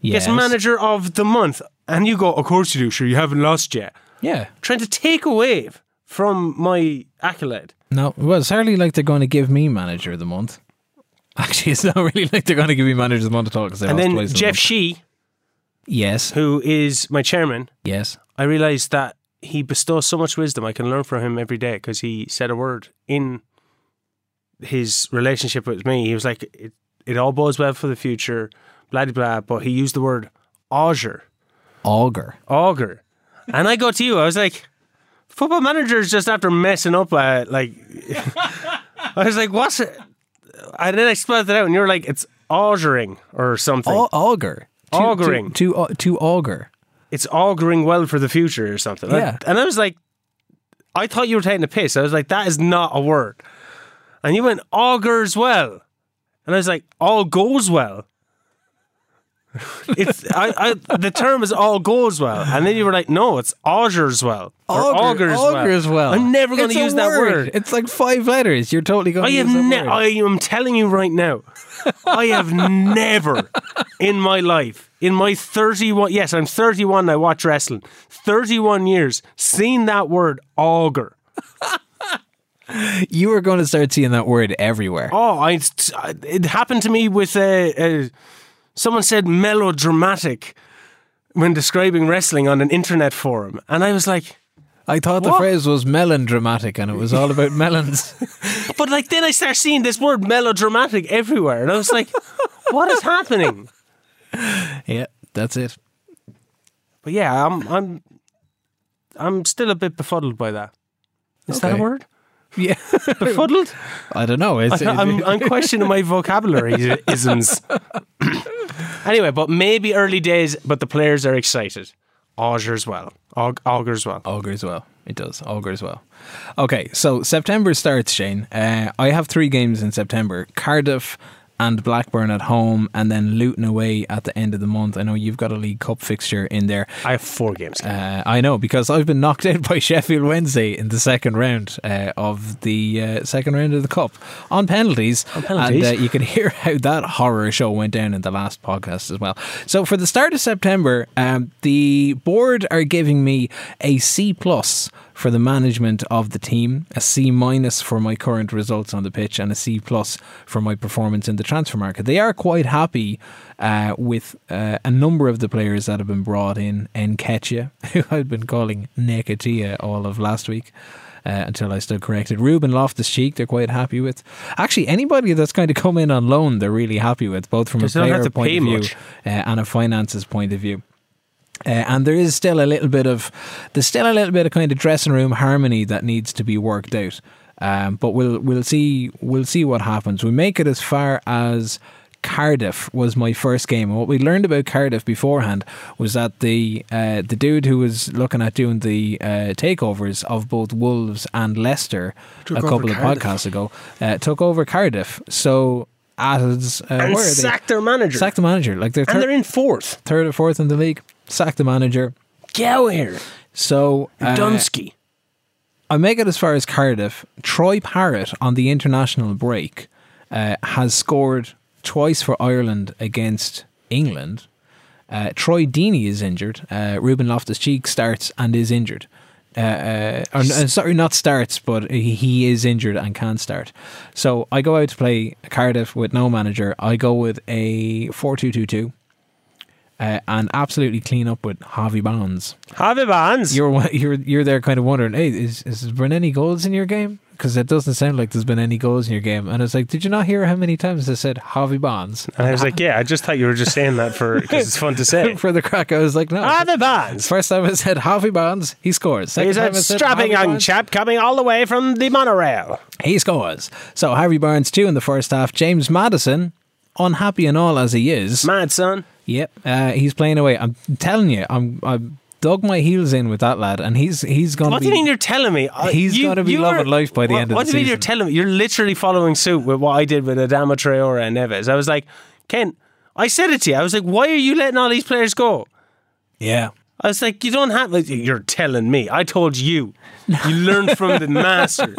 Speaker 2: Yes,
Speaker 3: gets Manager of the Month. And you go, of course you do, sure, you haven't lost yet.
Speaker 2: Yeah.
Speaker 3: Trying to take away from my accolade.
Speaker 2: No, well, it's hardly like they're going to give me manager of the month. *laughs* Actually, it's not really like they're going to give me manager of the month at all because I
Speaker 3: And
Speaker 2: lost
Speaker 3: then
Speaker 2: twice in a
Speaker 3: Jeff
Speaker 2: month.
Speaker 3: Shee,
Speaker 2: yes,
Speaker 3: who is my chairman,
Speaker 2: yes.
Speaker 3: I realized that he bestows so much wisdom. I can learn from him every day because he said a word in his relationship with me. He was like, "It, it all bodes well for the future, blah de blah." But he used the word auger,
Speaker 2: Auger.
Speaker 3: auger, and I go to you. I was like, "Football manager is just after messing up." Uh, like, *laughs* I was like, "What's it?" And then I spelled it out, and you're like, "It's augering or something.
Speaker 2: Au- auger. To-
Speaker 3: Augering.
Speaker 2: To, to, to auger.
Speaker 3: it's augering well for the future or something. I-
Speaker 2: Yeah.
Speaker 3: and I was like, I thought you were taking a piss. I was like, that is not a word. And you went, augurs well. And I was like, all goes well. it's I, I the term is all goes well. And then you were like, no, it's augurs well. Or
Speaker 2: Auger,
Speaker 3: augurs
Speaker 2: auger as well.
Speaker 3: I'm never gonna
Speaker 2: It's a
Speaker 3: use that word.
Speaker 2: It's like five letters. You're totally going
Speaker 3: I
Speaker 2: to
Speaker 3: have
Speaker 2: use that
Speaker 3: ne-
Speaker 2: word.
Speaker 3: I am telling you right now, I have never in my life, in my 31, yes, I'm 31, I watch wrestling, 31 years, seen that word auger.
Speaker 2: you are going to start seeing that word everywhere.
Speaker 3: Oh, I, it happened to me with a, a, someone said melodramatic when describing wrestling on an internet forum. And I was like,
Speaker 2: I thought the
Speaker 3: What?
Speaker 2: phrase was melon dramatic and it was all about melons. *laughs*
Speaker 3: But like then I start seeing this word melodramatic everywhere. And I was like, what is happening?
Speaker 2: yeah, that's it.
Speaker 3: But yeah, I'm I'm I'm still a bit befuddled by that. Is that
Speaker 2: Okay.
Speaker 3: a word?
Speaker 2: *laughs* Yeah.
Speaker 3: Befuddled?
Speaker 2: I don't know. It's,
Speaker 3: I'm, I'm questioning my
Speaker 2: *laughs*
Speaker 3: vocabulary *clears throat* isms. anyway, but maybe early days, but the players are excited. augurs well. Aug- augurs well.
Speaker 2: Augur as well. It does. Augur as well. Okay, so September starts, Shane. Uh, I have three games in September Cardiff and Blackburn at home, and then Luton away at the end of the month. I know you've got a League Cup fixture in there.
Speaker 3: I have four games.
Speaker 2: Uh, I know because I've been *laughs* knocked out by Sheffield Wednesday in the second round uh, of the uh, second round of the cup on penalties. On
Speaker 3: penalties.
Speaker 2: And uh, you can *laughs* hear how that horror show went down in the last podcast as well. So for the start of September, um, the board are giving me a C plus for the management of the team, a C minus for my current results on the pitch, and a C plus for my performance in the transfer market. They are quite happy uh, with uh, a number of the players that have been brought in. Nketiah, *laughs* who I'd been calling Nekatia all of last week. Uh, until I still corrected. Ruben Loftus Cheek, they're quite happy with. Actually, anybody that's going to come in on loan, they're really happy with, both from a
Speaker 3: Because they don't
Speaker 2: player
Speaker 3: have to
Speaker 2: point
Speaker 3: pay
Speaker 2: of view
Speaker 3: much.
Speaker 2: uh, and a finances point of view. Uh, and there is still a little bit of there's still a little bit of kind of dressing room harmony that needs to be worked out. Um, but we'll we'll see we'll see what happens. We make it as far as Cardiff was my first game, and what we learned about Cardiff beforehand was that the uh, the dude who was looking at doing the uh, takeovers of both Wolves and Leicester
Speaker 3: Took
Speaker 2: a
Speaker 3: over
Speaker 2: couple of
Speaker 3: Cardiff.
Speaker 2: podcasts ago uh, took over Cardiff. So as uh,
Speaker 3: and
Speaker 2: where are they?
Speaker 3: sacked their manager.
Speaker 2: Sacked the manager, like they're,
Speaker 3: and
Speaker 2: thir-
Speaker 3: they're in fourth.
Speaker 2: third or fourth in the league. Sacked the manager.
Speaker 3: Gallagher.
Speaker 2: So uh,
Speaker 3: Dunsky.
Speaker 2: I make it as far as Cardiff. Troy Parrott on the international break uh, has scored twice for Ireland against England. Uh, Troy Deeney is injured. Uh, Ruben Loftus Cheek starts and is injured. Uh, uh, or, uh, sorry, not starts, but he- he is injured and can start. So I go out to play Cardiff with no manager. I go with a 4 2 2 2 uh, and absolutely clean up with Harvey Barnes
Speaker 3: Javi Vans.
Speaker 2: you're wa- you're you're there kind of wondering, hey, is is there been any goals in your game? Because it doesn't sound like there's been any goals in your game. And it's like, did you not hear how many times I said Harvey Bonds *laughs*
Speaker 3: And I was like, yeah, I just thought you were just saying that for because it's fun
Speaker 2: *laughs*
Speaker 3: to say.
Speaker 2: for the crack? I was like, no.
Speaker 3: Javi Vans.
Speaker 2: First time I said Harvey Bonds, he scores. Second
Speaker 3: Ah, He's
Speaker 2: time
Speaker 3: a
Speaker 2: I said
Speaker 3: strapping
Speaker 2: Harvey
Speaker 3: young
Speaker 2: Barnes,
Speaker 3: chap coming all the way from the monorail.
Speaker 2: He scores. So Harvey Barnes two in the first half. James Madison, unhappy and all as he is,
Speaker 3: Mad son.
Speaker 2: Yep, uh, he's playing away. I'm telling you, I'm I dug my heels in with that lad, and he's he's gonna
Speaker 3: What do
Speaker 2: be.
Speaker 3: you mean you're telling me? I-
Speaker 2: He's
Speaker 3: you,
Speaker 2: gotta be
Speaker 3: you
Speaker 2: loving
Speaker 3: were-
Speaker 2: life by the
Speaker 3: what,
Speaker 2: end of
Speaker 3: What
Speaker 2: the
Speaker 3: do you mean you're
Speaker 2: season.
Speaker 3: telling me? You're literally following suit with what I did with Adama Traore and Neves. I was like, Ken, I said it to you. I was like, why are you letting all these players go?
Speaker 2: yeah,
Speaker 3: I was like, you don't have. Like, you're telling me. I told you. You learned
Speaker 2: *laughs*
Speaker 3: from the master.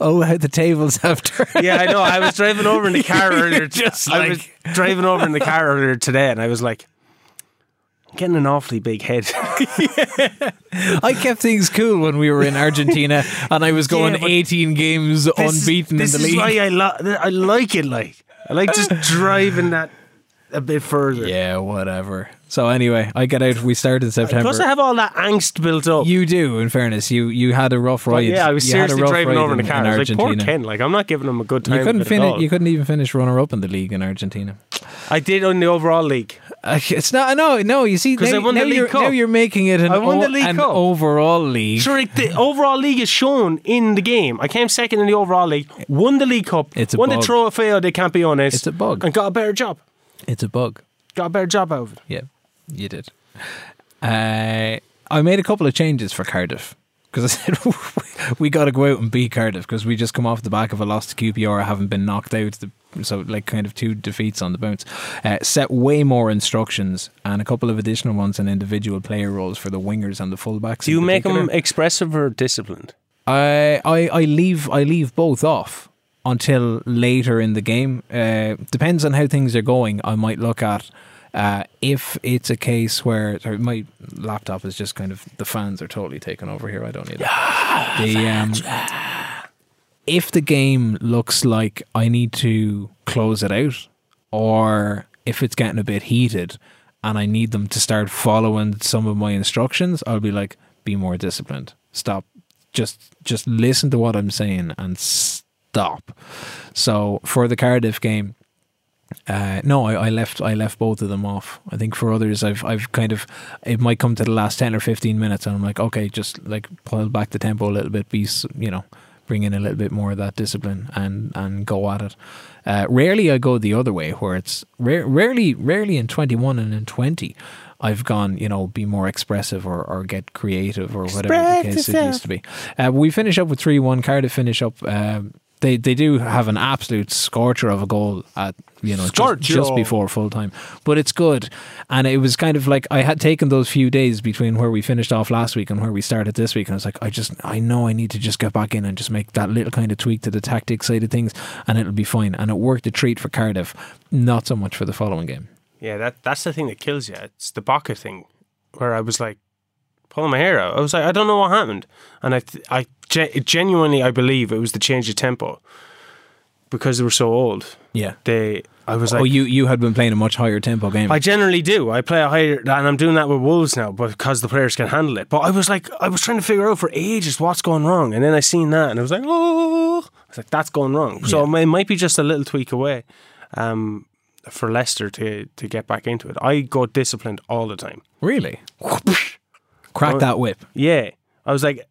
Speaker 2: oh how the tables have turned.
Speaker 3: Yeah, I know. I was driving over in the
Speaker 2: *laughs*
Speaker 3: car earlier.
Speaker 2: just
Speaker 3: I was driving over in the car earlier today, and I was like, I'm getting an awfully big head. *laughs*
Speaker 2: I kept things cool when we were in
Speaker 3: *laughs*
Speaker 2: Argentina, and I was going
Speaker 3: Yeah, but
Speaker 2: 18 games
Speaker 3: This is-
Speaker 2: unbeaten
Speaker 3: this
Speaker 2: in the
Speaker 3: is
Speaker 2: league.
Speaker 3: why I, lo- I like it. Like I
Speaker 2: *laughs*
Speaker 3: like just driving that a bit further.
Speaker 2: yeah, whatever. So anyway, I get out. We started in September.
Speaker 3: Plus, I have all that angst built up.
Speaker 2: you do, in fairness, you you had a rough ride.
Speaker 3: yeah, I was
Speaker 2: You had a
Speaker 3: seriously
Speaker 2: rough
Speaker 3: driving
Speaker 2: ride
Speaker 3: over in the car. I was like, poor
Speaker 2: Argentina.
Speaker 3: Ken. Like I'm not giving him a good time.
Speaker 2: You couldn't
Speaker 3: of it at
Speaker 2: finish.
Speaker 3: all.
Speaker 2: You couldn't even finish runner-up in the league in
Speaker 3: *laughs*
Speaker 2: Argentina.
Speaker 3: I did on the overall league.
Speaker 2: Uh, It's not. No, no. You see,
Speaker 3: 'Cause
Speaker 2: now,
Speaker 3: I won the
Speaker 2: now
Speaker 3: League
Speaker 2: you're,
Speaker 3: Cup.
Speaker 2: now you're making it an,
Speaker 3: I won the League
Speaker 2: an
Speaker 3: Cup.
Speaker 2: overall league. *laughs*
Speaker 3: Sure, like the overall league is shown in the game. I came second in the overall league, won the league cup,
Speaker 2: It's a
Speaker 3: won
Speaker 2: bug.
Speaker 3: the Trofeo de Campeones.
Speaker 2: It's a bug.
Speaker 3: and got a better job.
Speaker 2: It's a bug.
Speaker 3: Got a better job out of it.
Speaker 2: Yeah, you did. Uh, I made a couple of changes for Cardiff because I said *laughs* we got to go out and beat Cardiff because we just come off the back of a loss to QPR, having been knocked out. The, so like kind of two defeats on the bounce. Uh, set way more instructions and a couple of additional ones and individual player roles for the wingers and the fullbacks.
Speaker 3: Do
Speaker 2: in
Speaker 3: you make
Speaker 2: particular.
Speaker 3: them expressive or disciplined?
Speaker 2: I, I I leave I leave both off until later in the game. Uh, depends on how things are going. I might look at uh, if it's a case where sorry, my laptop is just kind of the fans are totally taken over here. I don't need it. The, um, if the game looks like I need to close it out, or if it's getting a bit heated and I need them to start following some of my instructions, I'll be like, be more disciplined. Stop. Just just listen to what I'm saying and stop. So for the Cardiff game, uh, no, I, I left. I left both of them off. I think for others, I've I've kind of it might come to the last ten or fifteen minutes, and I'm like, okay, just like pull back the tempo a little bit, be s- you know, bring in a little bit more of that discipline, and and go at it. Uh, rarely I go the other way, where it's rare, rarely rarely in twenty one and in twenty, I've gone, you know, be more expressive or, or get creative or whatever the
Speaker 3: Express
Speaker 2: case it
Speaker 3: yourself.
Speaker 2: used to be. Uh, we finish up with 3 1. Cardiff finish up. Um, they, they do have an absolute scorcher of a goal at you know just, just
Speaker 3: Scorcher.
Speaker 2: before full time, but it's good, and it was kind of like I had taken those few days between where we finished off last week and where we started this week, and I was like, I just I know I need to just get back in and just make that little kind of tweak to the tactic side of things, and it'll be fine, and it worked a treat for Cardiff, not so much for the following game.
Speaker 3: Yeah, that that's the thing that kills you. It's the Baka thing, where I was like pulling my hair out. I was like, I don't know what happened, and I th- I ge- genuinely I believe it was the change of tempo because they were so old.
Speaker 2: Yeah.
Speaker 3: They I was like,
Speaker 2: oh, you you had been playing a much higher tempo game.
Speaker 3: I generally do. I play a higher, and I'm doing that with Wolves now because the players can handle it. But I was like, I was trying to figure out for ages what's going wrong, and then I seen that, and I was like, oh, I was like, that's going wrong. So it might be just a little tweak away um, for Leicester to to get back into it. I go disciplined all the time.
Speaker 2: really? Crack that whip.
Speaker 3: Yeah, I was like,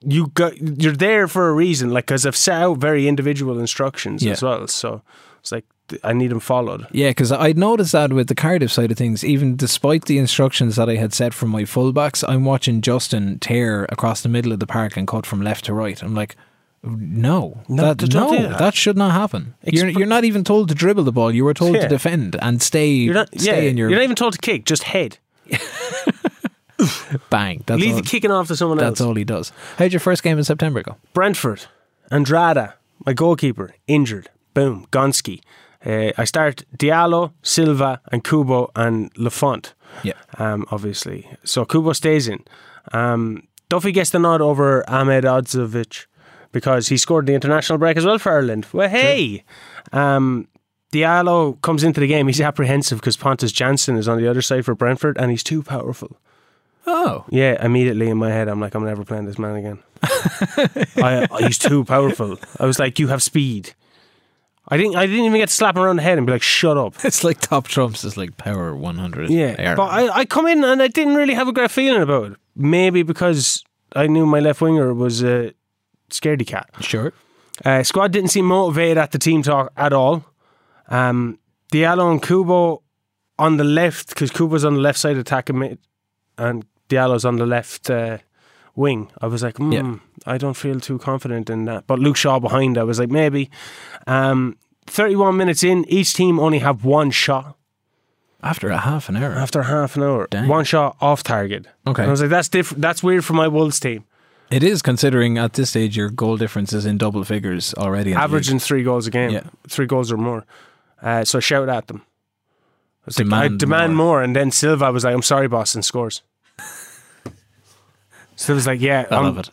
Speaker 3: you got, you're there for a reason, like because I've set out very individual instructions
Speaker 2: Yeah.
Speaker 3: as well. So it's like th- I need them followed.
Speaker 2: Yeah, because I'd noticed that with the Cardiff side of things, even despite the instructions that I had set from my fullbacks, I'm watching Justin tear across the middle of the park and cut from left to right. I'm like, no,
Speaker 3: No,
Speaker 2: that,
Speaker 3: don't
Speaker 2: no,
Speaker 3: do
Speaker 2: that.
Speaker 3: that.
Speaker 2: should not happen. you're,
Speaker 3: Exp-
Speaker 2: you're not even told to dribble the ball. You were told to
Speaker 3: Yeah.
Speaker 2: defend and stay,
Speaker 3: You're not, yeah,
Speaker 2: stay in your
Speaker 3: you're not even told to kick, just head.
Speaker 2: bang. That's
Speaker 3: Leave
Speaker 2: all,
Speaker 3: the kicking off to someone
Speaker 2: that's
Speaker 3: else.
Speaker 2: all he does. How'd your first game in September go?
Speaker 3: Brentford, Andrada, my goalkeeper, injured. Boom, Gonski. Uh, I start Diallo, Silva, and Kubo and Lafont.
Speaker 2: Yeah.
Speaker 3: Um, obviously, so Kubo stays in. Um, Duffy gets the nod over Ahmed Odzovic because he scored the international break as well for Ireland. Well, hey. Um, Diallo comes into the game. He's apprehensive because Pontus Janssen is on the other side for Brentford, and he's too powerful.
Speaker 2: Oh, *laughs*
Speaker 3: Yeah, immediately in my head, I'm like, I'm never playing this man again. I, he's too powerful. I was like, you have speed. I didn't. I didn't even get to slap him around the head and be like, shut up.
Speaker 2: it's like top trumps is like power 100.
Speaker 3: Yeah,
Speaker 2: Air.
Speaker 3: but I, I come in and I didn't really have a great feeling about it. Maybe because I knew my left winger was a scaredy cat.
Speaker 2: sure.
Speaker 3: Uh, squad didn't seem motivated at the team talk at all. Um, Diallo and Kubo on the left because Kubo's on the left side attacking mid, and Diallo's on the left uh, wing. I was like, hmm,
Speaker 2: Yeah.
Speaker 3: I don't feel too confident in that. But Luke Shaw behind, I was like, maybe. Um, 31 minutes in, each team only have one shot
Speaker 2: After a half an hour.
Speaker 3: after half an hour.
Speaker 2: Dang.
Speaker 3: One shot off target.
Speaker 2: Okay.
Speaker 3: And I was like, that's different. That's weird for my Wolves team.
Speaker 2: It is considering at this stage your goal difference is in double figures already. in the league.
Speaker 3: averaging three goals a game,
Speaker 2: Yeah.
Speaker 3: three goals or more. Uh, so I shout at them. I was like,
Speaker 2: Demand
Speaker 3: I demand more. And then Silva was like, I'm sorry,
Speaker 2: *laughs*
Speaker 3: Boston scores. Silva's like, yeah.
Speaker 2: I
Speaker 3: um,
Speaker 2: love it.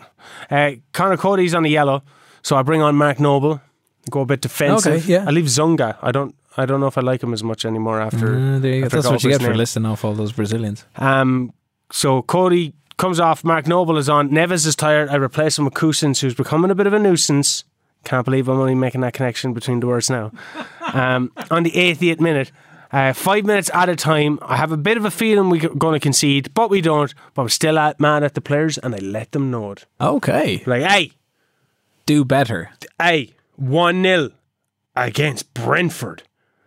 Speaker 3: Uh, Connor Cody's on the yellow. So I bring on Mark Noble, go a bit defensive.
Speaker 2: Okay, yeah.
Speaker 3: I leave Zunga. I don't I don't know if I like him as much anymore after.
Speaker 2: Mm, there you go.
Speaker 3: after
Speaker 2: That's what you
Speaker 3: Goldberg's
Speaker 2: get for
Speaker 3: name.
Speaker 2: listing off all those Brazilians.
Speaker 3: Um, so Cody comes off. Mark Noble is on. Neves is tired. I replace him with Cousins, who's becoming a bit of a nuisance. Can't believe I'm only making that connection between the words now. Um, on the 88th minute, uh, five minutes at a time. I have a bit of a feeling we're going to concede, but we don't. But I'm still at, mad at the players, and I let them know it.
Speaker 2: Okay,
Speaker 3: Like, hey,
Speaker 2: do better.
Speaker 3: hey, one 0 against Brentford.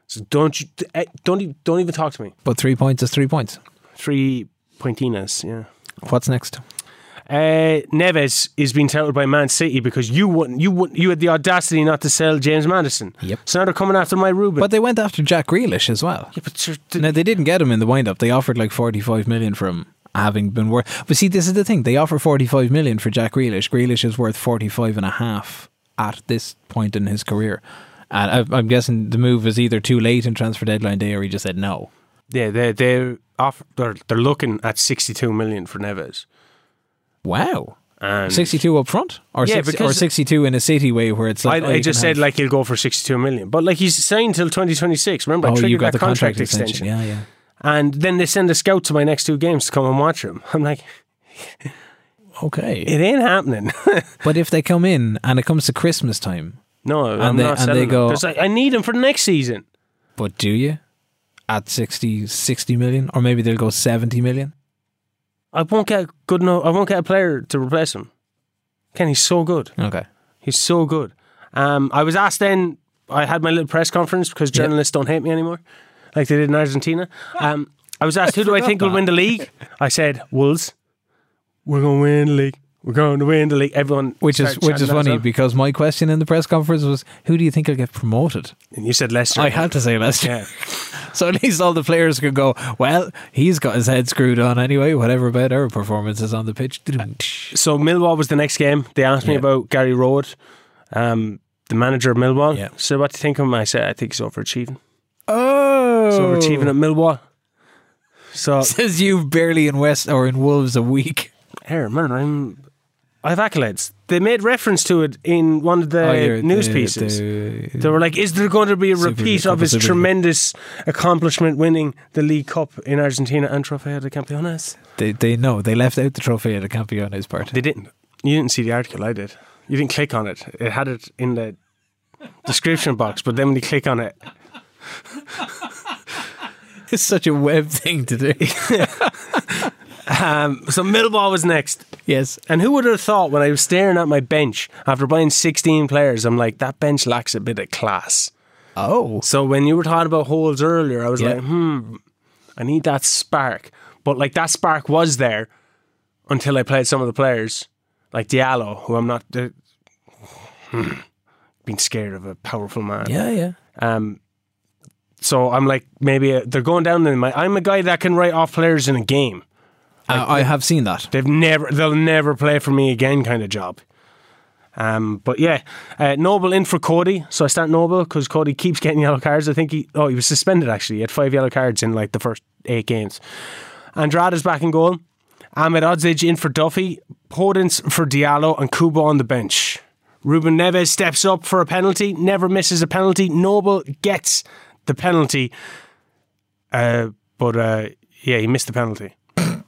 Speaker 3: So don't you eh, don't even, don't even talk to me.
Speaker 2: But three points is three points.
Speaker 3: Three pointinas, yeah.
Speaker 2: What's next?
Speaker 3: Uh, Neves is being touted by Man City because you wouldn't, you wouldn't, you had the audacity not to sell James Madison.
Speaker 2: Yep.
Speaker 3: So now they're coming after my Ruben.
Speaker 2: But they went after Jack Grealish as well.
Speaker 3: yeah, but sure, th-
Speaker 2: Now they didn't get him in the wind up. They offered like forty five million for him, having been worth. But see, this is the thing. They offer forty five million for Jack Grealish. Grealish is worth forty five and a half at this point in his career. And I, I'm guessing the move was either too late in transfer deadline day, or he just said no.
Speaker 3: yeah, they they're off, they're they're looking at sixty-two million for Neves.
Speaker 2: Wow.
Speaker 3: And
Speaker 2: 62 up front or,
Speaker 3: Yeah,
Speaker 2: 60 or
Speaker 3: because-
Speaker 2: 62 in a city way where it's
Speaker 3: I,
Speaker 2: like oh,
Speaker 3: I
Speaker 2: you
Speaker 3: just
Speaker 2: can
Speaker 3: said
Speaker 2: have-
Speaker 3: like he'll go for sixty-two million, but like he's signed till twenty twenty-six. Remember, I
Speaker 2: oh
Speaker 3: triggered
Speaker 2: you got
Speaker 3: that
Speaker 2: the
Speaker 3: contract, extension.
Speaker 2: yeah yeah
Speaker 3: And then they send a scout to my next two games to come and watch him. I'm like,
Speaker 2: okay
Speaker 3: it ain't happening. *laughs*
Speaker 2: but if they come in and it comes to Christmas time
Speaker 3: no, I'm
Speaker 2: they-
Speaker 3: not
Speaker 2: and they
Speaker 3: selling him.
Speaker 2: go-
Speaker 3: There's like, I need him for the next season.
Speaker 2: but do you at 60 60 million or maybe they'll go 70 million
Speaker 3: I won't get good enough. I won't get a player to replace him. Ken, he's so good.
Speaker 2: okay
Speaker 3: He's so good. Um, I was asked then.
Speaker 2: *laughs*
Speaker 3: I had my little press conference because journalists don't hate me anymore, like they did in Argentina. Um, I was asked, who do I think will win the league? I said, Wolves. We're going to win the league. We're going to win the league. Everyone.
Speaker 2: Which is
Speaker 3: started
Speaker 2: which is
Speaker 3: chanting that as
Speaker 2: funny
Speaker 3: well.
Speaker 2: because my question in the press conference was, "Who do you think will get promoted?"
Speaker 3: And you said Leicester.
Speaker 2: I had to say Leicester,
Speaker 3: Yeah.
Speaker 2: *laughs* so at least all the players could go. Well, he's got his head screwed on anyway. Whatever about our performances on the pitch.
Speaker 3: So Millwall was the next game. They asked me
Speaker 2: Yeah.
Speaker 3: about Gary Road, um, the manager of Millwall.
Speaker 2: Yeah.
Speaker 3: So what do you think of him? I said, I think he's overachieving.
Speaker 2: Oh,
Speaker 3: He's overachieving at Millwall. So
Speaker 2: says you barely in West or in Wolves a week.
Speaker 3: here, man, I'm. I have accolades. They made reference to it in one of the
Speaker 2: Oh, you're-
Speaker 3: Uh, news
Speaker 2: the-
Speaker 3: pieces.
Speaker 2: the-
Speaker 3: They were like, "Is there going to be a
Speaker 2: Super
Speaker 3: repeat
Speaker 2: League Cup,
Speaker 3: of his
Speaker 2: Super League Cup."
Speaker 3: tremendous accomplishment, winning the League Cup in Argentina and Trofeo de Campeones?"
Speaker 2: they they know they left out the trophy at a Campeone's part.
Speaker 3: They didn't. You didn't see the article. I did. You didn't click on it. It had it in the description box, but then when you click on it,
Speaker 2: *laughs* It's such a web thing to
Speaker 3: *laughs*
Speaker 2: do.
Speaker 3: um, so Millwall was next.
Speaker 2: yes,
Speaker 3: And who would have thought when I was staring at my bench after buying 16 players, I'm like, that bench lacks a bit of class.
Speaker 2: Oh.
Speaker 3: So when you were talking about holes earlier, I was
Speaker 2: Yeah.
Speaker 3: like, hmm, I need that spark. But like that spark was there until I played some of the players, like Diallo, who I'm not uh, hmm, being scared of a powerful man.
Speaker 2: Yeah, yeah.
Speaker 3: Um, so I'm like, maybe uh, they're going down in my. I'm a guy that can write off players in a game.
Speaker 2: I, I have seen that.
Speaker 3: They've never, they'll never play for me again, kind of job. Um, but yeah, uh, Noble in for Cody, so I start Noble because Cody keeps getting yellow cards. I think he, oh, he was suspended actually. He had five yellow cards in like the first eight games. Andrada's back in goal. Ahmed Odzic in for Duffy, Podence for Diallo, and Kuba on the bench. Ruben Neves steps up for a penalty, never misses a penalty. Noble gets the penalty, uh, but uh, yeah, he missed the penalty. *coughs*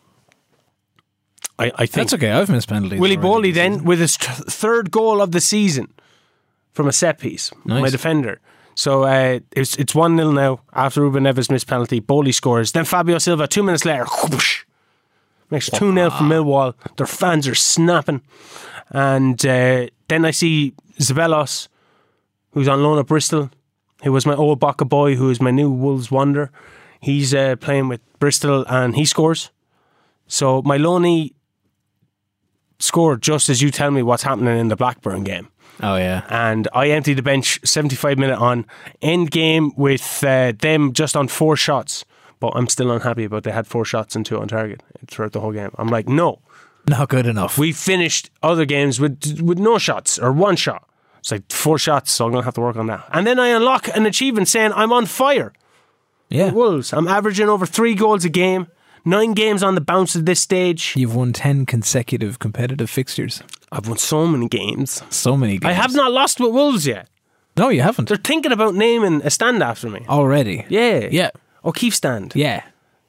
Speaker 3: I, I think
Speaker 2: That's okay. I've missed penalties.
Speaker 3: Willie
Speaker 2: already
Speaker 3: Bowley
Speaker 2: this
Speaker 3: then with his t- third goal of the season from a set piece. My
Speaker 2: Nice.
Speaker 3: defender. So uh, it's it's one 0 now after Ruben Neves missed penalty. Bowley scores. Then Fabio Silva two minutes later whoosh, makes two 0 for Millwall. Their fans are snapping, and uh, then I see Zabelos, who's on loan at Bristol, who was my old Boca boy, who is my new Wolves wonder. He's uh, playing with Bristol and he scores. So my loanee scored just as you tell me what's happening in the Blackburn game.
Speaker 2: season. Oh yeah.
Speaker 3: And I emptied the bench 75 minute on end game with uh, them just on four shots. But I'm still unhappy about they had four shots and two on target throughout the whole game. I'm like, no,
Speaker 2: Not good enough.
Speaker 3: we finished other games with with no shots or one shot. It's like four shots, so I'm gonna have to work on that. And then I unlock an achievement saying I'm on fire.
Speaker 2: yeah.
Speaker 3: Wolves, I'm averaging over three goals a game, nine games on the bounce at this stage.
Speaker 2: You've won ten consecutive competitive fixtures.
Speaker 3: I've won so many games.
Speaker 2: So many games.
Speaker 3: I have not lost with Wolves yet.
Speaker 2: No, you haven't.
Speaker 3: They're thinking about naming a stand after me.
Speaker 2: Already.
Speaker 3: Yeah.
Speaker 2: Yeah.
Speaker 3: O'Keefe stand.
Speaker 2: Yeah.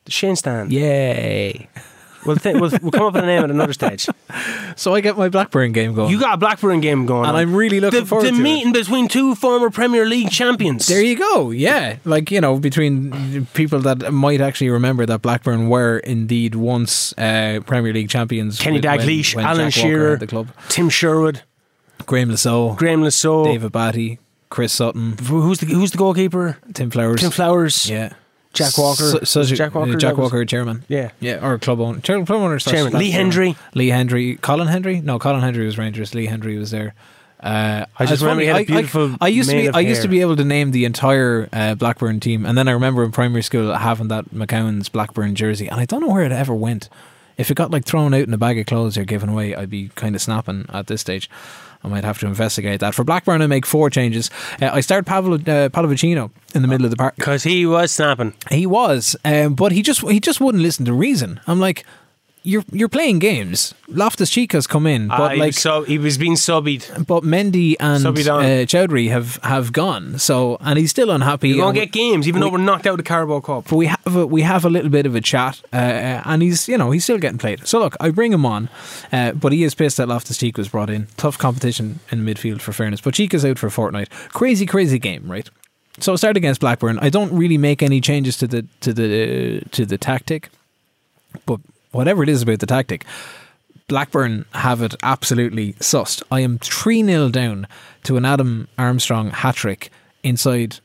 Speaker 3: The Shane stand.
Speaker 2: Yay.
Speaker 3: We'll, th- we'll, we'll come up with a name at
Speaker 2: *laughs*
Speaker 3: another stage.
Speaker 2: So I get my Blackburn game going.
Speaker 3: You got a Blackburn game going
Speaker 2: and
Speaker 3: on.
Speaker 2: I'm really looking
Speaker 3: the,
Speaker 2: forward
Speaker 3: the
Speaker 2: to it.
Speaker 3: meeting between two former Premier League champions.
Speaker 2: There you go. Yeah. Like, you know, between people that might actually remember that Blackburn were indeed once uh, Premier League champions.
Speaker 3: Kenny
Speaker 2: with- when-
Speaker 3: Dalglish,
Speaker 2: when
Speaker 3: Alan
Speaker 2: Jack Walker
Speaker 3: Shearer,
Speaker 2: had the club.
Speaker 3: Tim Sherwood,
Speaker 2: Graham Lasso,
Speaker 3: Graham Lasso.
Speaker 2: David Batty, Chris Sutton,
Speaker 3: Who's the Who's the goalkeeper?
Speaker 2: Tim Flowers.
Speaker 3: Tim Flowers.
Speaker 2: Yeah.
Speaker 3: Jack Walker.
Speaker 2: Su- such a-
Speaker 3: Jack Walker,
Speaker 2: uh, Jack
Speaker 3: that was-
Speaker 2: Walker, chairman.
Speaker 3: Yeah.
Speaker 2: Yeah, or club owner. Chairman, club owner slash
Speaker 3: Chairman.
Speaker 2: club
Speaker 3: Lee
Speaker 2: chairman.
Speaker 3: Hendry.
Speaker 2: Lee Hendry. Colin Hendry? No, Colin Hendry was Rangers. Lee Hendry was there. Uh,
Speaker 3: I just
Speaker 2: it's
Speaker 3: remember he had a
Speaker 2: I- I-
Speaker 3: beautiful
Speaker 2: I, used to
Speaker 3: mane
Speaker 2: be.
Speaker 3: of
Speaker 2: I used to
Speaker 3: hair.
Speaker 2: be able to name the entire uh, Blackburn team, and then I remember in primary school having that McCown's Blackburn jersey, and I don't know where it ever went. If it got like thrown out in a bag of clothes or given away, I'd be kind of snapping at this stage. I might have to investigate that. For Blackburn, I make four changes. Uh, I start Pavlo, uh, Pallavicino in the middle of the park.
Speaker 3: Because he was snapping.
Speaker 2: He was, um, but he just he just wouldn't listen to reason. I'm like, you're you're playing games. Loftus Cheek has come in,
Speaker 3: Ah,
Speaker 2: but
Speaker 3: he,
Speaker 2: like,
Speaker 3: was sub- he was being subbied.
Speaker 2: but Mendy and
Speaker 3: So be done.
Speaker 2: uh, Chowdhury have have gone. So and he's still unhappy.
Speaker 3: You're going
Speaker 2: And
Speaker 3: to
Speaker 2: we-
Speaker 3: get games, even
Speaker 2: we-
Speaker 3: though we're knocked out of the Carabao Cup.
Speaker 2: but we have a, we have a little bit of a chat, uh, and he's you know he's still getting played. So look, I bring him on, uh, but he is pissed that Loftus Cheek was brought in. Tough competition in midfield for fairness, but Cheek is out for a fortnight. Crazy, crazy game, right? So I start against Blackburn. I don't really make any changes to the to the to the tactic, but whatever it is about the tactic, Blackburn have it absolutely sussed. I am 3 0 down to an Adam Armstrong hat trick inside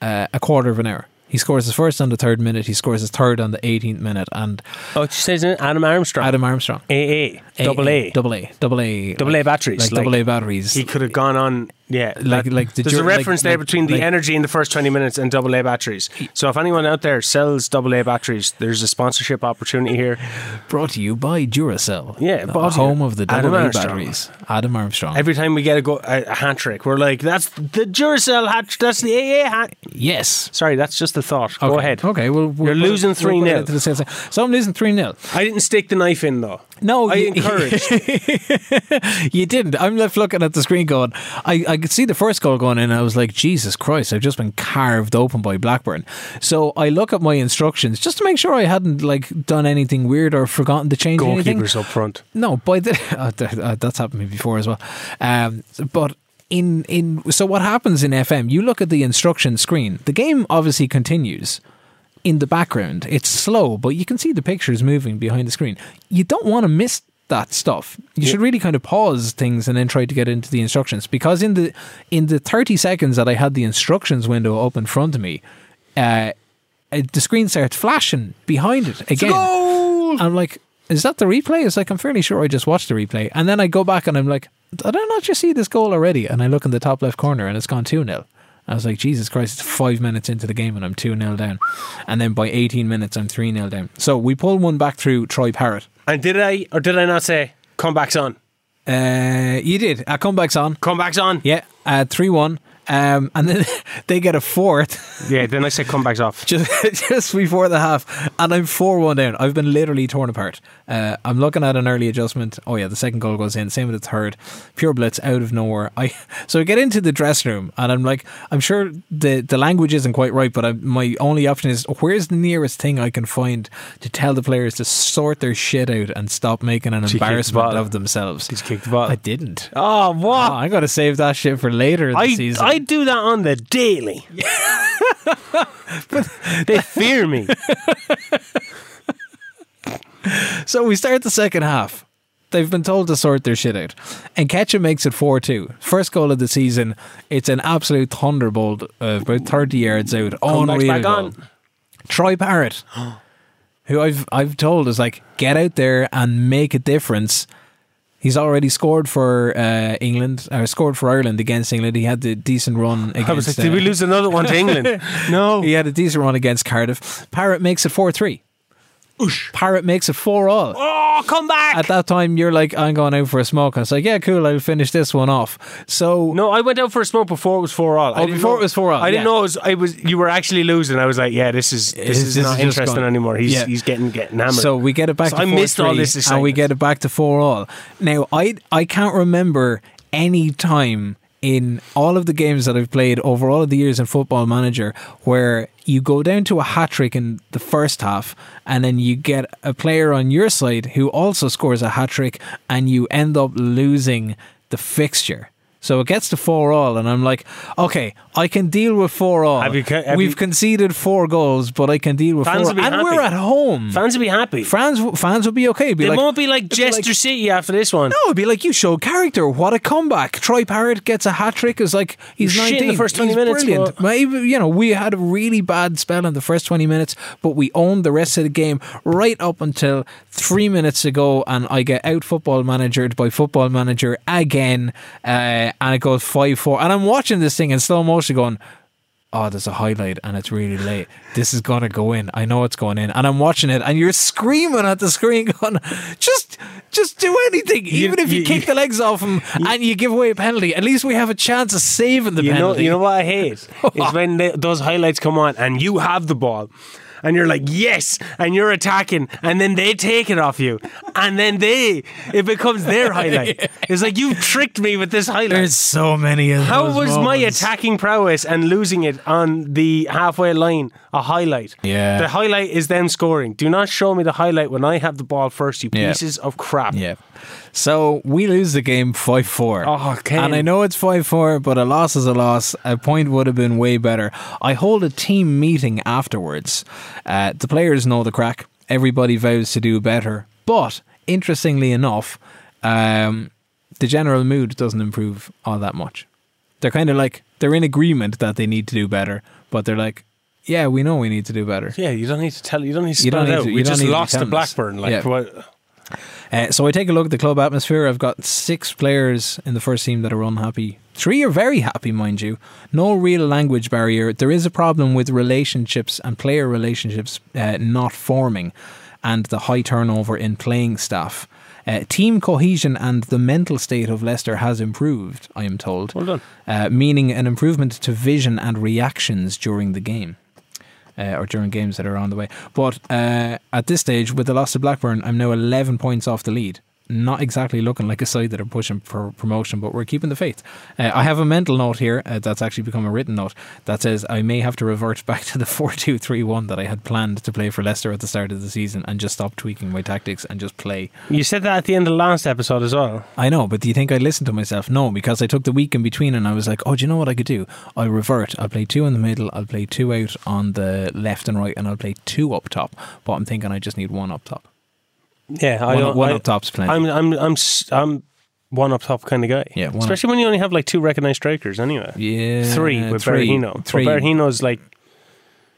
Speaker 2: uh, a quarter of an hour. He scores his first on the third minute. He scores his third on the 18th minute. And
Speaker 3: Oh, it says in it? Adam Armstrong.
Speaker 2: Adam Armstrong,
Speaker 3: AA, double A,
Speaker 2: double A, double A,
Speaker 3: double A batteries.
Speaker 2: like, double A batteries.
Speaker 3: He could have gone on. Yeah,
Speaker 2: Like-
Speaker 3: that-
Speaker 2: like the
Speaker 3: there's a
Speaker 2: jur- like-
Speaker 3: reference there
Speaker 2: like-
Speaker 3: between
Speaker 2: like-
Speaker 3: the energy in the first twenty minutes and double A batteries. So if anyone out there sells double A batteries, there's a sponsorship opportunity here.
Speaker 2: brought to you by Duracell,
Speaker 3: Yeah,
Speaker 2: the
Speaker 3: brought to you-
Speaker 2: home of the
Speaker 3: Adam
Speaker 2: double A
Speaker 3: Armstrong.
Speaker 2: batteries. Adam Armstrong.
Speaker 3: Every time we get a, go- a, a hat trick, we're like, "That's the Duracell hat. tr- That's the AA hat."
Speaker 2: yes.
Speaker 3: Sorry, that's just a thought. Go
Speaker 2: Okay.
Speaker 3: ahead.
Speaker 2: Okay, well, we'll
Speaker 3: You're
Speaker 2: put it-
Speaker 3: losing
Speaker 2: we'll put it
Speaker 3: 3-0.
Speaker 2: into the sales. So I'm losing 3 0.
Speaker 3: I didn't stick the knife in though.
Speaker 2: No, *laughs*
Speaker 3: I
Speaker 2: you-
Speaker 3: encouraged.
Speaker 2: You didn't. I'm left looking at the screen going, I, I could see the first goal going in, and I was like, Jesus Christ, I've just been carved open by Blackburn. So I look at my instructions just to make sure I hadn't like done anything weird or forgotten to change anything.
Speaker 3: Goalkeepers up front.
Speaker 2: No, by the oh, th- *laughs* uh, that's happened to me before as well. Um, but in in so what happens in FM? You look at the instruction screen. The game obviously continues in the background. It's slow, but you can see the pictures moving behind the screen. You don't want to miss that stuff. You should really kind of pause things and then try to get into the instructions because in the in the thirty seconds that I had the instructions window up in front of me. Uh, uh, the screen starts flashing behind it again. I'm like, is that the replay? It's like I'm fairly sure I just watched the replay, and then I go back and I'm like, did I not just see this goal already? And I look in the top left corner, and it's gone two 0 I was like, Jesus Christ! It's five minutes into the game, and I'm two 0 down, and then by 18 minutes, I'm three 0 down. So we pull one back through Troy Parrott.
Speaker 3: And did I or did I not say comebacks on?
Speaker 2: Uh, you did. Our comeback's on.
Speaker 3: Comebacks on.
Speaker 2: Yeah, three one. Um, and then *laughs* they get a fourth. *laughs*
Speaker 3: Yeah. Then I said comebacks off.
Speaker 2: just *laughs* just before the half, and I'm four one down. I've been literally torn apart. Uh, I'm looking at an early adjustment. Oh yeah, the second goal goes in. Same with the third. Pure blitz out of nowhere. I *laughs* so I get into the dressing room, and I'm like, I'm sure the the language isn't quite right, but I, my only option is where's the nearest thing I can find to tell the players to sort their shit out and stop making an
Speaker 3: kicked the
Speaker 2: embarrassment
Speaker 3: ball.
Speaker 2: of themselves.
Speaker 3: She's kicked the ball.
Speaker 2: I didn't. Oh,
Speaker 3: Oh, what?
Speaker 2: I'm gonna save that shit for later in the
Speaker 3: I,
Speaker 2: season.
Speaker 3: I do that on the daily. *laughs* they fear *laughs* me.
Speaker 2: So we start the second half. They've been told to sort their shit out. And Ketchum makes it 4 2. First goal of the season. It's an absolute thunderbolt, uh, about 30 yards out.
Speaker 3: Comebacks
Speaker 2: Unreal
Speaker 3: back
Speaker 2: goal.
Speaker 3: on.
Speaker 2: Troy Parrott, who I've, I've told is like, get out there and make a difference. He's already scored for uh, England, or scored for Ireland against England. He had the decent run against
Speaker 3: I was like,
Speaker 2: uh,
Speaker 3: did we lose another one to *laughs* England? no.
Speaker 2: he had a decent run against Cardiff. Parrott makes it 4 3. Parrott makes it 4 all
Speaker 3: Oh, come back.
Speaker 2: at that time you're like I'm going out for a smoke. I was like, yeah, cool. I'll finish this one off. So
Speaker 3: no, I went out for a smoke Oh, before it was four all. I didn't
Speaker 2: before
Speaker 3: know-
Speaker 2: it was 4-all,
Speaker 3: I didn't
Speaker 2: yeah.
Speaker 3: know it was, I was. You were actually losing. I was like, yeah, this is this
Speaker 2: This-
Speaker 3: is
Speaker 2: this
Speaker 3: not
Speaker 2: is just
Speaker 3: interesting
Speaker 2: gone.
Speaker 3: anymore. He's
Speaker 2: Yeah.
Speaker 3: he's getting getting hammered.
Speaker 2: so we get it back.
Speaker 3: So
Speaker 2: to
Speaker 3: I missed
Speaker 2: 4-3,
Speaker 3: all this
Speaker 2: and we
Speaker 3: excitement.
Speaker 2: get it back to four all. Now I I can't remember any time in all of the games that I've played over all of the years in Football Manager where you go down to a hat trick in the first half and then you get a player on your side who also scores a hat trick and you end up losing the fixture. So it gets to four all, and I'm like, okay, I can deal with four all.
Speaker 3: Have you ca- have
Speaker 2: We've
Speaker 3: you-
Speaker 2: conceded four goals, but I can deal with
Speaker 3: Fans
Speaker 2: four.
Speaker 3: will be
Speaker 2: and
Speaker 3: happy.
Speaker 2: we're at home.
Speaker 3: fans will be happy.
Speaker 2: Fans, fans would be okay. Be
Speaker 3: they
Speaker 2: like,
Speaker 3: won't be like
Speaker 2: like-
Speaker 3: Jester City after this one.
Speaker 2: no, it'd be like you showed character. What a comeback! Troy Parrott gets a hat trick. Is like he's
Speaker 3: You're shit in the
Speaker 2: nineteen.
Speaker 3: first 20
Speaker 2: he's
Speaker 3: minutes,
Speaker 2: brilliant.
Speaker 3: but-
Speaker 2: Maybe you know we had a really bad spell in the first twenty minutes, but we owned the rest of the game right up until three minutes ago, and I get out football managered by football manager again, uh, and it goes five four, and I'm watching this thing in slow motion going. Oh, there's a highlight and it's really late. This is gonna go in. I know it's going in, and I'm watching it, and you're screaming at the screen, *laughs* going, "Just, just do anything, even if you,
Speaker 3: you-
Speaker 2: kick the legs off him and you give away a penalty. At least we have a chance of saving the
Speaker 3: You know,
Speaker 2: penalty.
Speaker 3: you know what
Speaker 2: *laughs*
Speaker 3: I hate is when they, those highlights come on and you have the ball, and you're like yes, and you're attacking, and then they take it off you, and then they it
Speaker 2: *laughs*
Speaker 3: becomes their highlight. It's like you tricked me with this highlight.
Speaker 2: There's so many of
Speaker 3: How
Speaker 2: those
Speaker 3: was my
Speaker 2: moments.
Speaker 3: attacking prowess and losing it on the halfway line a highlight?
Speaker 2: Yeah.
Speaker 3: The highlight is them scoring. Do not show me the highlight when I have the ball first, you
Speaker 2: Yeah.
Speaker 3: pieces of crap.
Speaker 2: Yeah. So we lose the game 5 4.
Speaker 3: Oh, Ken.
Speaker 2: And I know it's 5 4, but a loss is a loss. A point would have been way better. I hold a team meeting afterwards. Uh, the players know the crack. Everybody vows to do better. But interestingly enough, um, the general mood doesn't improve all that much. They're kind of like, they're in agreement that they need to do better, but they're like, yeah, we know we need to do better.
Speaker 3: Yeah, you don't need to tell. You don't need to
Speaker 2: You
Speaker 3: spell
Speaker 2: don't
Speaker 3: it
Speaker 2: need
Speaker 3: out.
Speaker 2: to- you
Speaker 3: we
Speaker 2: don't
Speaker 3: just
Speaker 2: need to
Speaker 3: lost to
Speaker 2: tell us.
Speaker 3: Blackburn. Like
Speaker 2: Yeah.
Speaker 3: what?
Speaker 2: Uh, so I take a look at the club atmosphere. I've got six players in the first team that are unhappy. Three are very happy, mind you. No real language barrier. There is a problem with relationships and player relationships uh, not forming, and the high turnover in playing staff. Uh, team cohesion and the mental state of Leicester has improved, I am told.
Speaker 3: Well done.
Speaker 2: Uh, meaning an improvement to vision and reactions during the game uh, or during games that are on the way. But uh, at this stage, with the loss to Blackburn, I'm now 11 points off the lead. Not exactly looking like a side that are pushing for promotion, but we're keeping the faith. Uh, I have a mental note here uh, that's actually become a written note that says I may have to revert back to the *laughs* 4 2 3 1 that I had planned to play for Leicester at the start of the season and just stop tweaking my tactics and just play.
Speaker 3: You said that at the end of last episode as well.
Speaker 2: I know, but do you think I listened to myself? No, because I took the week in between and I was like, oh, do you know what I could do? I'll revert. I'll play two in the middle, I'll play two out on the left and right, and I'll play two up top. But I'm thinking I just need one up top.
Speaker 3: Yeah, I
Speaker 2: One,
Speaker 3: don't-
Speaker 2: one
Speaker 3: I,
Speaker 2: up top's plenty.
Speaker 3: I'm I'm I'm s- I'm one up top kind of guy.
Speaker 2: Yeah, one up-
Speaker 3: especially when you only have like two recognized strikers anyway.
Speaker 2: yeah,
Speaker 3: three with
Speaker 2: three,
Speaker 3: Berahino.
Speaker 2: Three.
Speaker 3: But Berahino's like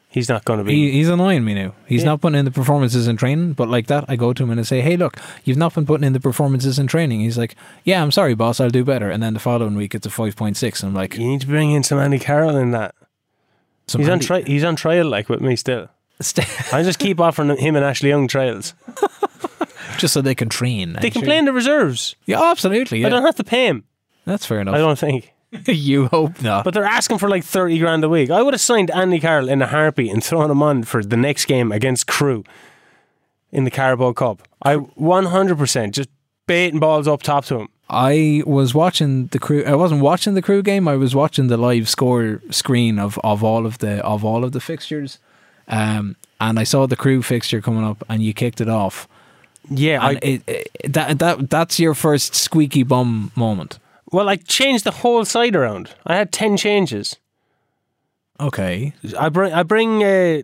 Speaker 3: he's not going to be.
Speaker 2: He, he's annoying me now. He's
Speaker 3: Yeah.
Speaker 2: not putting in the performances in training, but like that, I go to him and I say, "Hey, look, you've not been putting in the performances in training." He's like, "Yeah, I'm sorry, boss. I'll do better." And then the following week, it's a five point six. I'm like,
Speaker 3: you need to bring in some Andy Carroll in that.
Speaker 2: "Some
Speaker 3: he's on
Speaker 2: Andy- *laughs*
Speaker 3: tri- he's on trial like with me still.
Speaker 2: st-
Speaker 3: I just keep *laughs* offering him and Ashley Young trials.
Speaker 2: just so they can train."
Speaker 3: They can play in the reserves.
Speaker 2: Yeah, absolutely. Yeah.
Speaker 3: I don't have to pay him.
Speaker 2: That's fair enough.
Speaker 3: I don't think.
Speaker 2: *laughs* you hope not.
Speaker 3: But they're asking for like thirty grand a week. I would have signed Andy Carroll in a harpy and thrown him on for the next game against Crew in the Carabao Cup. I one hundred percent just baiting balls up top to him.
Speaker 2: I was watching the crew. I wasn't watching the crew game. I was watching the live score screen of, of all of the of all of the fixtures, um, and I saw the crew fixture coming up, and you kicked it off.
Speaker 3: Yeah,
Speaker 2: And it, it, that that that's your first squeaky bum moment.
Speaker 3: Well, I changed the whole side around. I had ten changes.
Speaker 2: Okay,
Speaker 3: I bring, I bring, uh,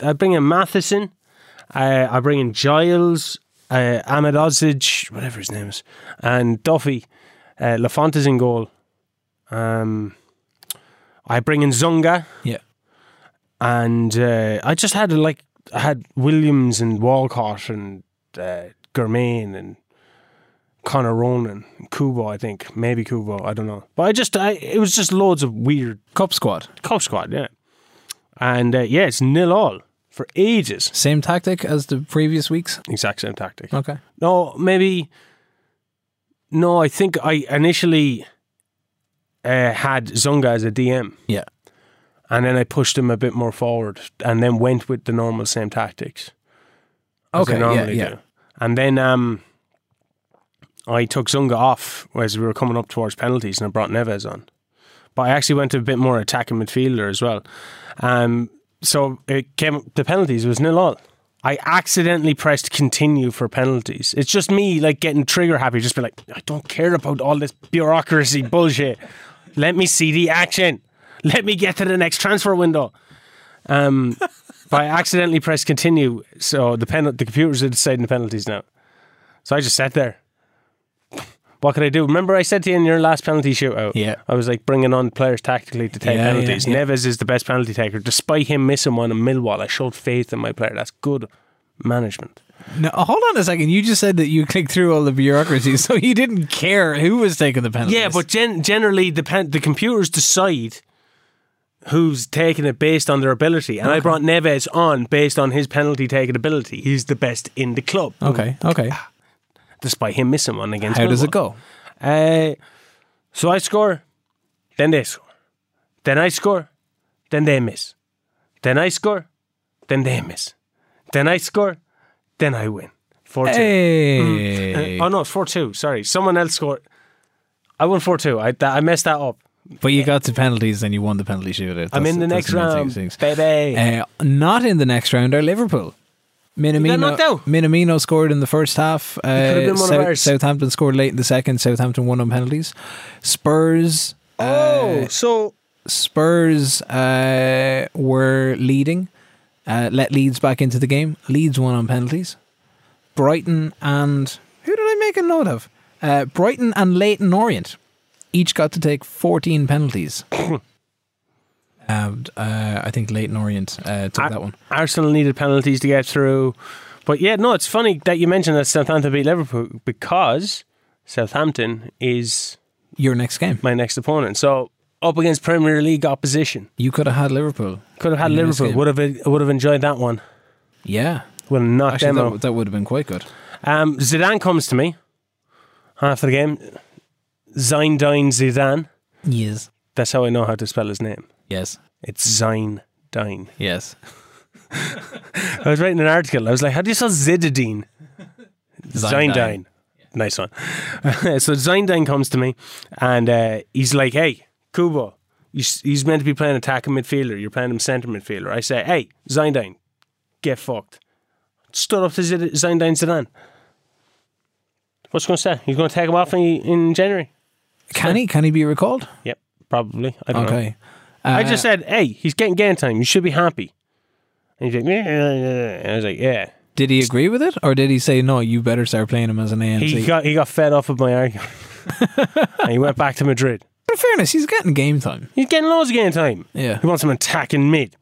Speaker 3: I bring in Matheson. Uh, I bring in Giles, uh, Ahmed Ozic, whatever his name is, and Duffy. Uh, Lafont is in goal. Um, I bring in Zunga,
Speaker 2: yeah,
Speaker 3: and uh, I just had like I had Williams and Walcott and uh, Germain and Connor Ronan, and Kubo. I think maybe Kubo. I don't know, but I just I, it was just loads of weird
Speaker 2: cup squad,
Speaker 3: Cup squad, yeah. And uh, yeah, it's nil all for ages.
Speaker 2: same tactic as the previous weeks.
Speaker 3: Exact same tactic.
Speaker 2: Okay,
Speaker 3: No, maybe. No, I think I initially uh, had Zunga as a DM,
Speaker 2: yeah,
Speaker 3: and then I pushed him a bit more forward, and then went with the normal same tactics. as I
Speaker 2: okay, yeah,
Speaker 3: normally
Speaker 2: yeah.
Speaker 3: do. And then um, I took Zunga off as we were coming up towards penalties, and I brought Neves on. But I actually went a bit more attacking midfielder as well. Um, so it came the penalties was nil all. I accidentally pressed continue for penalties. It's just me like getting trigger happy, just be like, I don't care about all this bureaucracy bullshit. Let me see the action. Let me get to the next transfer window. Um, *laughs* but I accidentally pressed continue, so the pen- the computers are deciding the penalties now. So I just sat there. What could I do? Remember, I said to you in your last penalty shootout,
Speaker 2: Yeah.
Speaker 3: I was like bringing on players tactically to take
Speaker 2: Yeah, yeah,
Speaker 3: penalties.
Speaker 2: yeah.
Speaker 3: Neves is the best penalty taker, despite him missing one in Millwall. I showed faith in my player. That's good management.
Speaker 2: Now, hold on a second. You just said that you *laughs* clicked through all the bureaucracy, so you didn't care who was taking the penalties.
Speaker 3: Yeah, but gen- generally the pen- the computers decide who's taking it based on their ability. And I brought Neves on based on his penalty taking ability. He's the best in the club.
Speaker 2: okay, okay.
Speaker 3: Despite him missing one against.
Speaker 2: Oh. How does
Speaker 3: Millwall.
Speaker 2: it Ah, go?
Speaker 3: Uh, so I score, then they score, then I score, then they miss, then I score, then they miss, then I score, then I win. Four
Speaker 2: Mm.
Speaker 3: two.
Speaker 2: Hey.
Speaker 3: Oh no, it's four two. Sorry, someone else scored. I won four two. I that, I messed that up.
Speaker 2: But you got to penalties and you won the penalty shootout.
Speaker 3: I'm
Speaker 2: That's-
Speaker 3: in the
Speaker 2: that's
Speaker 3: next
Speaker 2: amazing
Speaker 3: round,
Speaker 2: things.
Speaker 3: baby.
Speaker 2: Uh, not in the next round are Liverpool. Minamino,
Speaker 3: knocked out?
Speaker 2: Minamino scored in the first half.
Speaker 3: could've
Speaker 2: Uh,
Speaker 3: been one of
Speaker 2: South,
Speaker 3: ours.
Speaker 2: Southampton scored late in the second. Southampton won on penalties. Spurs.
Speaker 3: oh, so
Speaker 2: Spurs uh, were leading, uh, let Leeds back into the game. Leeds won on penalties. Brighton and who did I make a note of? Uh, Brighton
Speaker 3: *coughs*
Speaker 2: and Leighton Orient each got to take 14 penalties. Um, uh, I think Leighton Orient uh, took
Speaker 3: Ar-
Speaker 2: that one.
Speaker 3: Arsenal needed penalties to get through. But yeah, no, it's funny that you mentioned that Southampton beat Liverpool because Southampton is
Speaker 2: Your next game,
Speaker 3: my next opponent. So up against Premier League opposition.
Speaker 2: you could have had Liverpool.
Speaker 3: Could have had
Speaker 2: Your next
Speaker 3: Liverpool.
Speaker 2: game.
Speaker 3: Would have would have enjoyed that one.
Speaker 2: Yeah,
Speaker 3: Would have knocked
Speaker 2: actually,
Speaker 3: them
Speaker 2: that,
Speaker 3: out.
Speaker 2: w- that would have been quite good.
Speaker 3: Um, Zidane comes to me after the game. Zinedine Zidane.
Speaker 2: Yes,
Speaker 3: That's how I know how to spell his name.
Speaker 2: yes,
Speaker 3: It's Zinedine.
Speaker 2: yes.
Speaker 3: I was writing an article. I was like, how do you spell Zidane? Zinedine. Nice one. *laughs* so Zinedine comes to me and uh, he's like, hey, Kubo, you s- he's meant to be playing attacking midfielder. You're playing him centre midfielder. I say, hey, Zinedine, get fucked. Stood up to Zid- Zinedine Zidane. What's he going to say? He's going to take him off in, in January?
Speaker 2: Can he? Can he be recalled?
Speaker 3: Yep, probably. I don't know.
Speaker 2: Okay.
Speaker 3: I just said, hey, he's getting game time. You should be happy. And he's like, yeah. And I was like, yeah.
Speaker 2: Did he agree with it, or did he say no? You better start playing him as an AMC.
Speaker 3: He got he got fed off of
Speaker 2: *laughs*
Speaker 3: my argument, and he went back to Madrid.
Speaker 2: in fairness, he's getting game time.
Speaker 3: He's getting loads of game time.
Speaker 2: Yeah.
Speaker 3: He wants him attacking mid.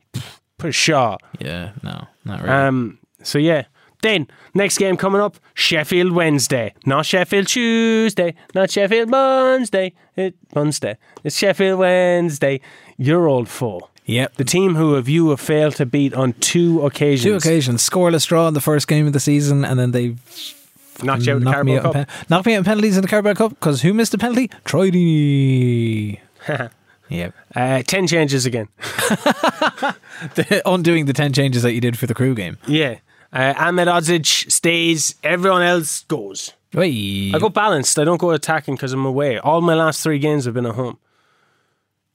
Speaker 3: For sure.
Speaker 2: Yeah. No. Not really.
Speaker 3: Um, so yeah. Then next game coming up, Sheffield Wednesday. Not Sheffield Tuesday. Not Sheffield Wednesday. It Wednesday. It's Sheffield Wednesday. Your old foe.
Speaker 2: yep.
Speaker 3: The team who have you have failed to beat on two occasions.
Speaker 2: Two occasions, scoreless draw in the first game of the season, and then they
Speaker 3: Knocked you out of the
Speaker 2: knocked me out.
Speaker 3: Carabao
Speaker 2: in
Speaker 3: Cup.
Speaker 2: Pen- knocked me out in penalties in the Carabao Cup because who missed a penalty?
Speaker 3: *laughs*
Speaker 2: Troy Yep. *laughs*
Speaker 3: Uh, ten changes again.
Speaker 2: Undoing the ten changes that you did for the crew game.
Speaker 3: Yeah. Uh, Ahmed Odzic stays. Everyone else goes.
Speaker 2: Wait.
Speaker 3: I go balanced. I don't go attacking because I'm away. All my last three games have been at home.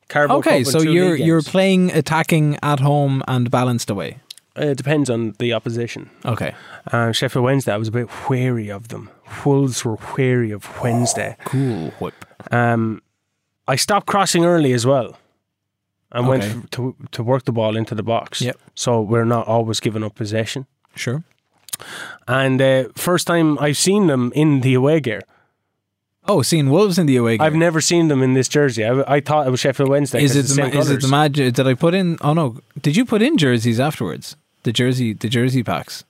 Speaker 3: Carabao Cup
Speaker 2: Okay,
Speaker 3: and
Speaker 2: so
Speaker 3: two
Speaker 2: you're
Speaker 3: league
Speaker 2: you're
Speaker 3: games.
Speaker 2: playing attacking at home and balanced away.
Speaker 3: Uh, it depends on the opposition.
Speaker 2: Okay.
Speaker 3: Uh, Sheffield Wednesday, I was a bit wary of them. Wolves were wary of Wednesday.
Speaker 2: Cool whip.
Speaker 3: Um, I stopped crossing early as well, and
Speaker 2: Okay.
Speaker 3: went to to work the ball into the box.
Speaker 2: Yep.
Speaker 3: So we're not always giving up possession.
Speaker 2: Sure.
Speaker 3: And uh, first time I've seen them in the away gear.
Speaker 2: Oh, seeing Wolves in the away game.
Speaker 3: I've never seen them in this jersey. I, I thought it was Sheffield Wednesday.
Speaker 2: is
Speaker 3: 'cause
Speaker 2: it
Speaker 3: it's
Speaker 2: the, ma-
Speaker 3: same
Speaker 2: is it the
Speaker 3: colours.
Speaker 2: magic? Did I put in? Oh no! Did you put in jerseys afterwards? The jersey, the jersey packs.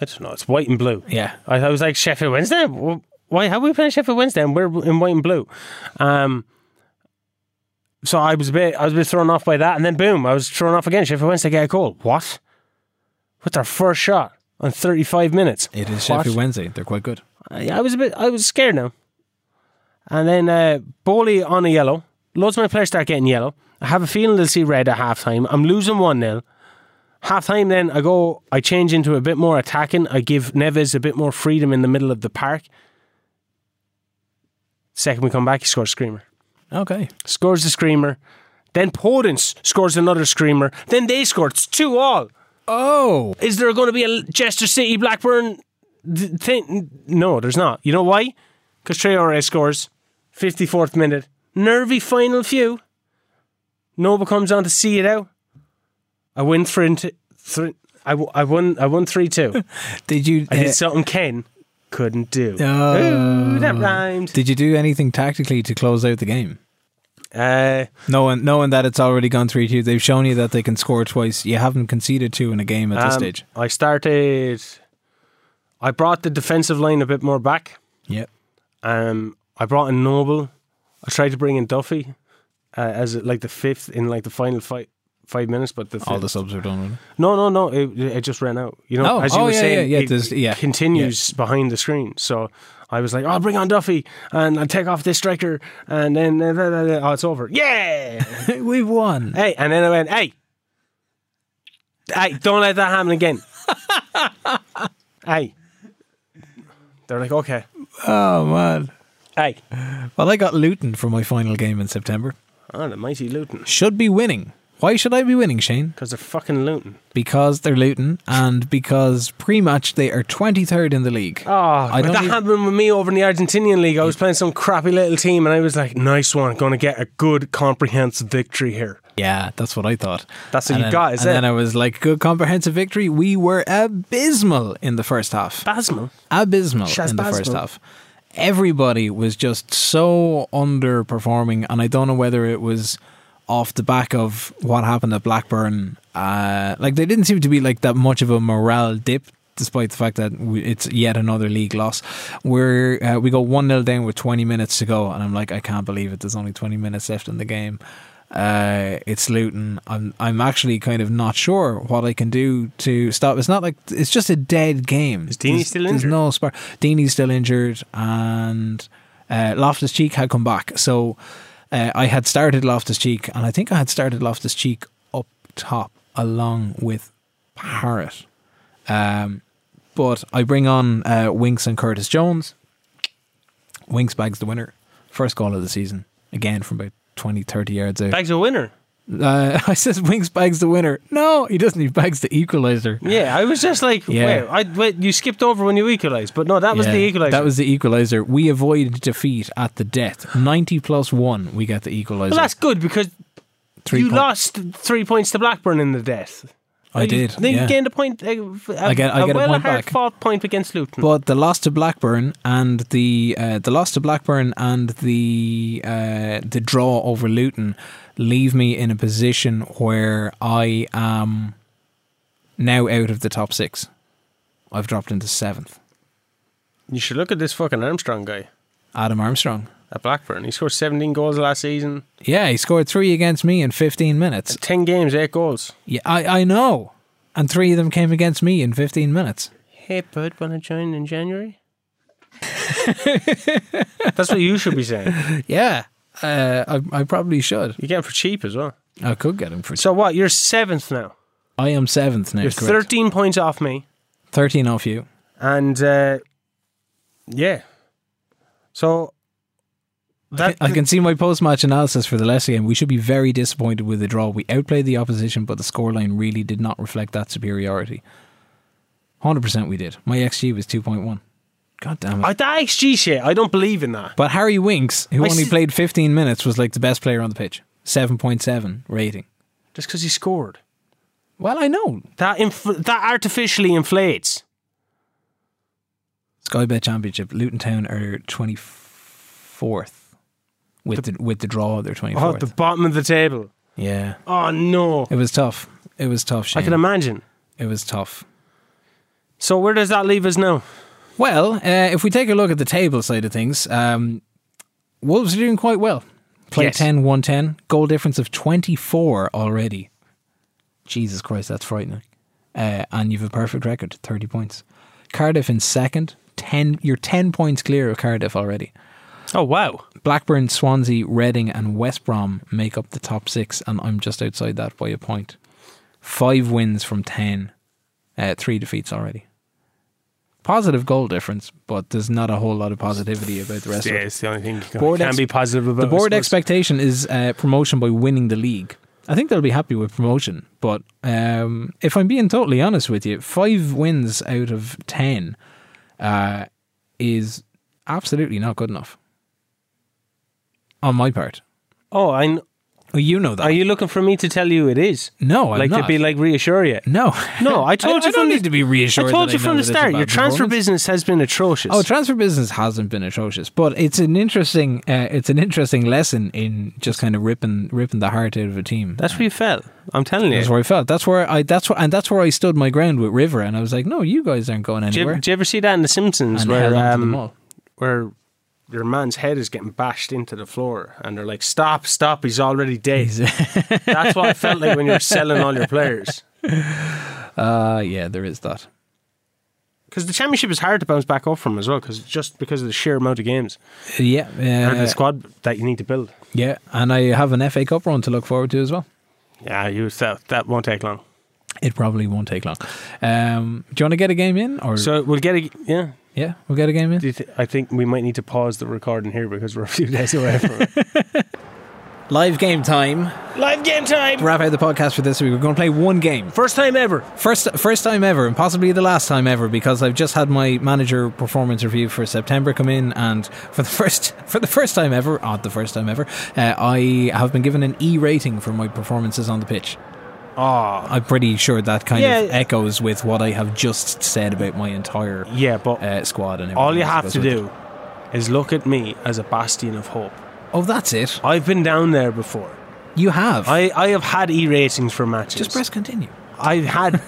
Speaker 3: I don't know. It's white and blue.
Speaker 2: Yeah.
Speaker 3: I, I was like Sheffield Wednesday. Wh- Why have we playing Sheffield Wednesday and we're in white and blue? Um, so I was a bit, I was a bit thrown off by that, and then boom, I was thrown off again. Sheffield Wednesday get a goal. What? With their first shot on thirty-five minutes.
Speaker 2: It is
Speaker 3: What?
Speaker 2: Sheffield Wednesday. They're quite good.
Speaker 3: Uh, I, I was a bit, I was scared now. And then uh, Bowley on a yellow. Loads of my players start getting yellow. I have a feeling they'll see red at half time. I'm losing 1 0. Half time, then I go, I change into a bit more attacking. I give Neves a bit more freedom in the middle of the park. Second we come back, he scores a screamer.
Speaker 2: Okay.
Speaker 3: Scores the screamer. Then Podence scores another screamer. Then they score. It's 2 all.
Speaker 2: Oh,
Speaker 3: Is there going to be a Chester City Blackburn th- thing? No, there's not. You know why? Because Traore scores 54th minute. Nervy final few. Nova comes on to see it out. I win three. and t- three I, w- I won. I won three two.
Speaker 2: did you?
Speaker 3: I
Speaker 2: uh, *gasps*
Speaker 3: did something Ken couldn't do.
Speaker 2: Oh.
Speaker 3: Ooh, that rhymed.
Speaker 2: Did you do anything tactically to close out the game?
Speaker 3: Uh,
Speaker 2: Knowing knowing that it's already gone three two, they've shown you that they can score twice. You haven't conceded two in a game at this
Speaker 3: um,
Speaker 2: stage.
Speaker 3: I started. I brought the defensive line a bit more back.
Speaker 2: Yep.
Speaker 3: Um, I brought in Noble. I tried to bring in Duffy uh, as like the fifth in like the final five five minutes, but the
Speaker 2: All
Speaker 3: fifth-
Speaker 2: the subs are done. really.
Speaker 3: no, no, no, it, it just ran out. You know,
Speaker 2: Oh,
Speaker 3: as you
Speaker 2: oh,
Speaker 3: were
Speaker 2: yeah,
Speaker 3: saying,
Speaker 2: yeah, yeah,
Speaker 3: it
Speaker 2: there's- yeah,
Speaker 3: continues behind the screen. So I was like, I'll bring on Duffy and I'll take off this striker, and then uh, da, da, da, oh, it's over.
Speaker 2: *laughs*
Speaker 3: Yeah,
Speaker 2: *laughs* We've won.
Speaker 3: hey, and then I went, hey, hey, don't let that happen again. *laughs* hey, they're like, okay,
Speaker 2: Oh man.
Speaker 3: hey,
Speaker 2: Well, I got Luton for my final game in September.
Speaker 3: oh, the mighty Luton.
Speaker 2: Should be winning. Why should I be winning, Shane?
Speaker 3: Because they're fucking looting.
Speaker 2: Because they're Luton and because pre-match they are 23rd in the league.
Speaker 3: Oh,
Speaker 2: I don't e-
Speaker 3: that
Speaker 2: even-
Speaker 3: happened with me over in the Argentinian league. I was playing some crappy little team, and I was like, "Nice one, going to get a good comprehensive victory here."
Speaker 2: Yeah, that's what I thought.
Speaker 3: That's what
Speaker 2: And
Speaker 3: you
Speaker 2: then-
Speaker 3: got, is
Speaker 2: and
Speaker 3: it?
Speaker 2: then I was like, good comprehensive victory. We were abysmal in the first half.
Speaker 3: Basma.
Speaker 2: abysmal
Speaker 3: Shaz
Speaker 2: in the first
Speaker 3: Basmo.
Speaker 2: half. Everybody was just so underperforming, and I don't know whether it was off the back of what happened at Blackburn. Uh, like they didn't seem to be like that much of a morale dip. Despite the fact that we- it's yet another league loss, we're uh, we go one 0 down with twenty minutes to go, and I'm like, I can't believe it. There's only twenty minutes left in the game. Uh, it's Luton. I'm I'm actually kind of not sure what I can do to stop. It's not like it's just a dead game.
Speaker 3: Is Deeney
Speaker 2: There's-
Speaker 3: still
Speaker 2: there's
Speaker 3: injured?
Speaker 2: no spark. Deeney's still injured, and uh, Loftus Cheek had come back. So uh, I had started Loftus Cheek, and I think I had started Loftus Cheek up top along with Parrott. Um, but I bring on uh, Winks and Curtis Jones. Winks bags the winner. First goal of the season. Again from about 20, 30 yards out.
Speaker 3: Bag's a winner.
Speaker 2: Uh, *laughs* I says Winks bags the winner. No, he doesn't. He bags the equaliser.
Speaker 3: Yeah, I was just like,
Speaker 2: Yeah.
Speaker 3: wow, I, wait, you skipped over when you equalised, but no, that was
Speaker 2: Yeah,
Speaker 3: the equaliser.
Speaker 2: That was the equalizer. We avoid defeat at the death. 90 plus 1, we get the equalizer.
Speaker 3: well, that's good because
Speaker 2: Three
Speaker 3: you
Speaker 2: point-
Speaker 3: lost three points to Blackburn in the death.
Speaker 2: I
Speaker 3: You-
Speaker 2: did,
Speaker 3: Then
Speaker 2: yeah.
Speaker 3: you gained a point. uh, f- a-
Speaker 2: I get- I
Speaker 3: a
Speaker 2: get a
Speaker 3: well
Speaker 2: point
Speaker 3: hard
Speaker 2: back.
Speaker 3: fought point against Luton.
Speaker 2: But the loss to Blackburn and the uh, the loss to Blackburn and the uh, the draw over Luton leave me in a position where I am now out of the top six. I've dropped into seventh.
Speaker 3: you should look at this fucking Armstrong guy
Speaker 2: Adam Armstrong.
Speaker 3: at Blackburn. He scored 17 goals last season,
Speaker 2: Yeah, he scored three against me in 15 minutes.
Speaker 3: 10 games, 8 goals.
Speaker 2: Yeah, I, I know. And three of them came against me in 15 minutes.
Speaker 3: Hey, bud, want to join in January? *laughs* That's what you should be saying.
Speaker 2: Yeah, uh, I, I probably should.
Speaker 3: You get him for cheap as well.
Speaker 2: I could get him for.
Speaker 3: So what? You're seventh now.
Speaker 2: I am seventh now.
Speaker 3: You're
Speaker 2: correct.
Speaker 3: 13 points off me.
Speaker 2: Thirteen off you.
Speaker 3: And uh, yeah. So
Speaker 2: I
Speaker 3: that
Speaker 2: I can see my post-match analysis for the Leicester game. We should be very disappointed with the draw. We outplayed the opposition, but the scoreline really did not reflect that superiority. Hundred percent, we did. My xG was two point one. God damn it!
Speaker 3: I, that XG shit, I don't believe in that.
Speaker 2: but Harry Winks, who
Speaker 3: I
Speaker 2: only
Speaker 3: s-
Speaker 2: played fifteen minutes, was like the best player on the pitch. Seven point seven rating.
Speaker 3: Just because he scored.
Speaker 2: Well, I know
Speaker 3: That inf- that artificially inflates.
Speaker 2: Sky Bet Championship. Luton Town are twenty fourth with the, with the draw. They're twenty
Speaker 3: Oh,
Speaker 2: fourth.
Speaker 3: at the bottom of the table.
Speaker 2: yeah,
Speaker 3: Oh no.
Speaker 2: it was tough. It was tough. Shane.
Speaker 3: I can imagine.
Speaker 2: it was tough.
Speaker 3: So where does that leave us now?
Speaker 2: Well, uh, if we take a look at the table side of things, um, Wolves are doing quite well. Play
Speaker 3: Yes.
Speaker 2: 10, 110, goal difference of 24 already. Jesus Christ, that's frightening. Uh, and you've a perfect record, 30 points. Cardiff in second, 10, you're 10 points clear of Cardiff already.
Speaker 3: Oh wow.
Speaker 2: Blackburn, Swansea, Reading, and West Brom make up the top six, and I'm just outside that by a point. Five wins from ten, uh, three defeats already. Positive goal difference, but there's not a whole lot of positivity about the rest of it.
Speaker 3: it's the only thing you can,
Speaker 2: Board ex-
Speaker 3: positive about.
Speaker 2: The
Speaker 3: I
Speaker 2: board
Speaker 3: suppose.
Speaker 2: expectation is uh, promotion by winning the league. I think they'll be happy with promotion, but um, if I'm being totally honest with you, five wins out of ten uh, is absolutely not good enough. On my part.
Speaker 3: Oh, I kn-
Speaker 2: Oh, you know that.
Speaker 3: are you looking for me to tell you it is?
Speaker 2: no, I'm
Speaker 3: like
Speaker 2: not.
Speaker 3: to be like reassure you.
Speaker 2: no,
Speaker 3: *laughs* No, I told
Speaker 2: *laughs*
Speaker 3: you
Speaker 2: I don't
Speaker 3: from the-
Speaker 2: need to be reassured.
Speaker 3: I told
Speaker 2: that
Speaker 3: you
Speaker 2: know
Speaker 3: from
Speaker 2: that
Speaker 3: the
Speaker 2: it's a
Speaker 3: start,
Speaker 2: bad
Speaker 3: your transfer
Speaker 2: performance.
Speaker 3: business has been atrocious.
Speaker 2: Oh, transfer business hasn't been atrocious, but it's an interesting, uh, it's an interesting lesson in just kind of ripping, ripping the heart out of a team.
Speaker 3: That's where you fell. I'm telling you.
Speaker 2: That's where I felt. That's where I. That's where and that's where I stood my ground with River, and I was like, "No, you guys aren't going
Speaker 3: Do you,
Speaker 2: anywhere."
Speaker 3: ever- do you ever see that in The Simpsons
Speaker 2: and
Speaker 3: where
Speaker 2: held on to them
Speaker 3: um,
Speaker 2: all.
Speaker 3: where your man's head is getting bashed into the floor and they're like, "Stop, stop! He's already dead."
Speaker 2: *laughs*
Speaker 3: That's what I felt like when you're selling all your players
Speaker 2: Uh, yeah, there is that.
Speaker 3: because the championship is hard to bounce back up from as well because just because of the sheer amount of games
Speaker 2: Yeah,
Speaker 3: and the
Speaker 2: uh,
Speaker 3: squad that you need to build.
Speaker 2: yeah, and I have an FA Cup run to look forward to as well.
Speaker 3: Yeah, you that that won't take long.
Speaker 2: It probably won't take long. Um, do you want to get a game in, or
Speaker 3: So we'll get a yeah.
Speaker 2: yeah, we'll get a game in.
Speaker 3: Do you th- I think we might need to pause the recording here because we're a few *laughs* days away from it.
Speaker 2: *laughs* Live game time.
Speaker 3: live game
Speaker 2: To
Speaker 3: time.
Speaker 2: wrap out the podcast for this week, we're going to play one game.
Speaker 3: First time ever.
Speaker 2: First, first time ever, and possibly the last time ever, because I've just had my manager performance review for September come in, and for the *laughs* first for the first time ever, odd the first time ever, uh, I have been given an E rating for my performances on the pitch.
Speaker 3: Ah,
Speaker 2: I'm pretty sure that kind of
Speaker 3: Yeah.
Speaker 2: echoes with what I have just said about my entire
Speaker 3: yeah, but
Speaker 2: uh, squad and everything.
Speaker 3: All you
Speaker 2: else that
Speaker 3: have
Speaker 2: goes
Speaker 3: to
Speaker 2: with it.
Speaker 3: do is look at me as a bastion of hope.
Speaker 2: Oh, that's it.
Speaker 3: I've been down there before.
Speaker 2: You have.
Speaker 3: I, I have had E ratings for matches.
Speaker 2: Just press continue. *laughs*
Speaker 3: I've had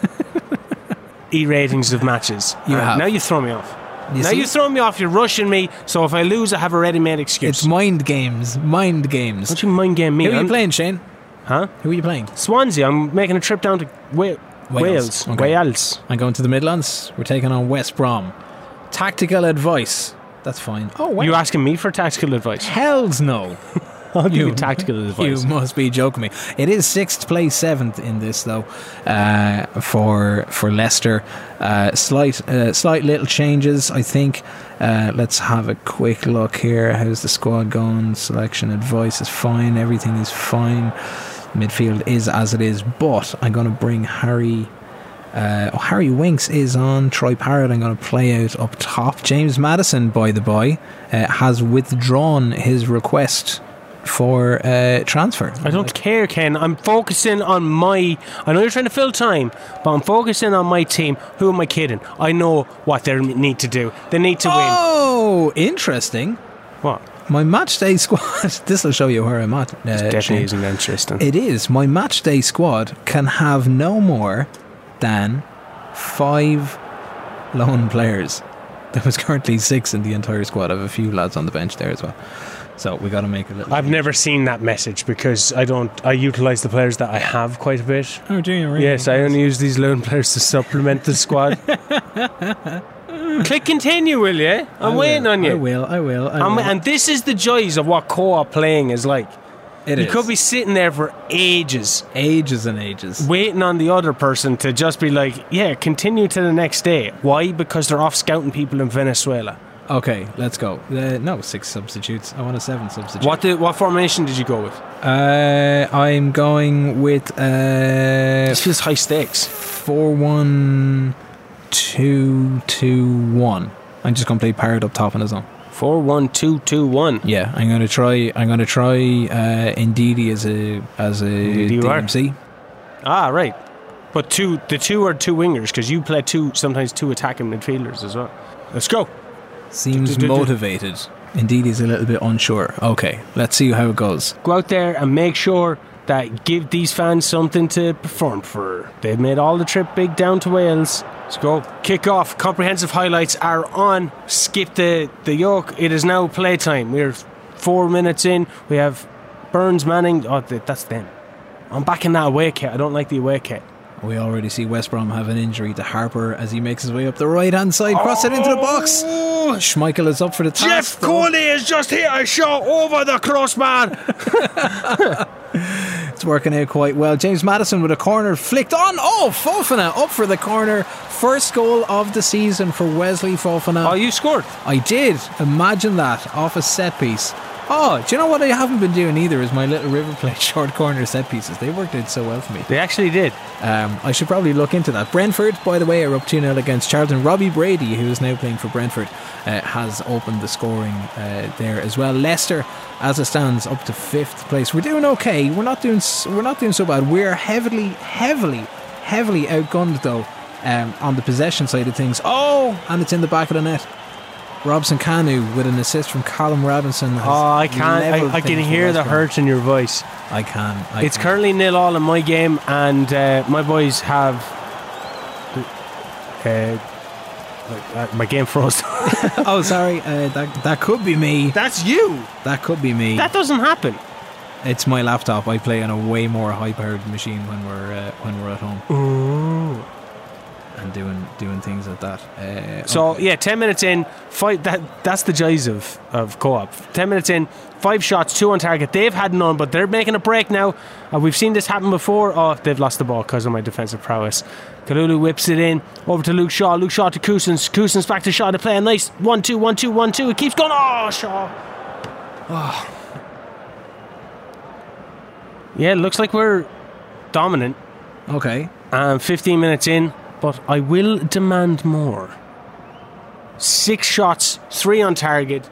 Speaker 3: E ratings of matches.
Speaker 2: You
Speaker 3: And
Speaker 2: have.
Speaker 3: Now you throw me off.
Speaker 2: You
Speaker 3: now
Speaker 2: see?
Speaker 3: you throw me off. You're rushing me. So if I lose, I have a ready-made excuse.
Speaker 2: It's mind games. Mind games.
Speaker 3: Don't you mind game me?
Speaker 2: Who are
Speaker 3: I'm-
Speaker 2: you playing, Shane?
Speaker 3: Huh?
Speaker 2: Who are you playing?
Speaker 3: Swansea. I'm making a trip down to Wa- Wales.
Speaker 2: Okay.
Speaker 3: Wales.
Speaker 2: I'm going to the Midlands. We're taking on West Brom. Tactical advice. That's fine. Oh, wait.
Speaker 3: You're asking me for tactical *laughs* advice.
Speaker 2: Hells no.
Speaker 3: I'll give
Speaker 2: You-
Speaker 3: Oh, *laughs* you tactical advice.
Speaker 2: *laughs* You must be joking me. It is sixth place, seventh in this though, uh, for for Leicester. Uh, slight, uh, slight little changes, I think. Uh, let's have a quick look here. How's the squad going? Selection advice is fine. Everything is fine. Midfield is as it is, but I'm going to bring Harry. Uh, oh, Harry Winks is on. Troy Parrott, I'm going to play out up top. James Madison, by the by, uh, has withdrawn his request for uh, transfer.
Speaker 3: I don't care, Ken. I'm focusing on my. I know you're trying to fill time, but I'm focusing on my team. Who am I kidding? I know what they need to do. They need to
Speaker 2: Oh, interesting.
Speaker 3: win. What?
Speaker 2: My match day *laughs* squad. this will show you where I'm at. Uh,
Speaker 3: Definitely
Speaker 2: Shane.
Speaker 3: isn't interesting.
Speaker 2: It is. My match day squad can have no more than five lone players. There was currently six in the entire squad. I have a few lads on the bench there as well. So we got to make a little.
Speaker 3: I've never seen that message because I don't. I utilize the players that I have quite a bit.
Speaker 2: Oh, do you really?
Speaker 3: Yes, I only use these lone players to supplement the *laughs* squad. Click continue, will you? I'm waiting
Speaker 2: will,
Speaker 3: on
Speaker 2: I
Speaker 3: you.
Speaker 2: will. I will. I
Speaker 3: I'm-
Speaker 2: will.
Speaker 3: and this is the joys of what co-op playing is like.
Speaker 2: It
Speaker 3: you
Speaker 2: is.
Speaker 3: could be sitting there for ages
Speaker 2: ages and ages.
Speaker 3: waiting on the other person to just be like, yeah, continue to the next day. Why? Because they're off scouting people in Venezuela.
Speaker 2: Okay, let's go. Uh, no, six substitutes. I want a seven substitute.
Speaker 3: What the, what formation did you go with?
Speaker 2: Uh, I'm going with uh,
Speaker 3: This feels high stakes.
Speaker 2: four one two two one. I'm just gonna play Parrot up top on his own.
Speaker 3: Four one two two one.
Speaker 2: Yeah, I'm gonna try. I'm gonna try uh, Indeedy as a as a
Speaker 3: Indeedy you are.
Speaker 2: DMC.
Speaker 3: Ah, right. But two, the two are two wingers because you play two, sometimes two attacking midfielders as well. Let's go.
Speaker 2: Seems
Speaker 3: Do, do, do, do.
Speaker 2: motivated. Indeedy's a little bit unsure. Okay, let's see how it goes.
Speaker 3: Go out there and make sure that give these fans something to perform for. They've made all the trip big down to Wales. Let's go. Kick off. Comprehensive highlights are on. Skip the the yoke. It is now playtime. We're four minutes in. We have Burns Manning. Oh, th- that's them. I'm back in that away kit. I don't like the away kit.
Speaker 2: We already see West Brom have an injury to Harper as he makes his way up the right hand side, cross it into the box.
Speaker 3: Oh,
Speaker 2: Schmeichel is up for the task.
Speaker 3: Jeff
Speaker 2: though.
Speaker 3: Corley has just hit a shot over the crossbar.
Speaker 2: It's working out quite well. James Madison with a corner flicked on. Oh, Fofana up for the corner. First goal of the season for Wesley Fofana.
Speaker 3: *laughs* Oh, you scored.
Speaker 2: I did. Imagine that off a set piece. Oh, do you know what I haven't been doing either is my little River Plate *laughs* short corner set pieces. They worked out so well for me.
Speaker 3: They actually did.
Speaker 2: Um, I should probably look into that. Brentford, by the way, are up 2 0 against Charlton. Robbie Brady, who is now playing for Brentford, uh, has opened the scoring uh, there as well. Leicester, as it stands, up to fifth place. We're doing okay. We're not doing s- we're not doing so bad. We're heavily, heavily, heavily outgunned though um, on the possession side of things. Oh, and it's in the back of the net. Robson Canu with an assist from Callum Robinson. has
Speaker 3: Oh, I can't.
Speaker 2: levelled
Speaker 3: I, I can
Speaker 2: things for
Speaker 3: hear
Speaker 2: West
Speaker 3: the
Speaker 2: Brom.
Speaker 3: hurt in your voice.
Speaker 2: I can. I
Speaker 3: It's
Speaker 2: can.
Speaker 3: currently nil all in my game, and uh, my boys have. Uh, like, uh, my game froze. *laughs*
Speaker 2: Oh, sorry. Uh, that that could be me.
Speaker 3: That's you.
Speaker 2: That could be me.
Speaker 3: That doesn't happen.
Speaker 2: It's my laptop. I play on a way more high-powered machine when we're uh, when we're at home and doing doing things like that. Uh,
Speaker 3: So
Speaker 2: okay.
Speaker 3: yeah, ten minutes in, five. That that's the joys of of co-op. Ten minutes in, five shots, two on target. They've had none, but they're making a break now. Uh, we've seen this happen before. Oh, they've lost the ball because of my defensive prowess. Kalulu whips it in over to Luke Shaw. Luke Shaw to Cousins. Cousins back to Shaw to play a nice one-two, one-two, one-two. It keeps going. Oh, Shaw. Oh. Yeah, looks like we're dominant.
Speaker 2: oh, okay,
Speaker 3: Um, 15 minutes in, but I will demand more. Six shots, three on target,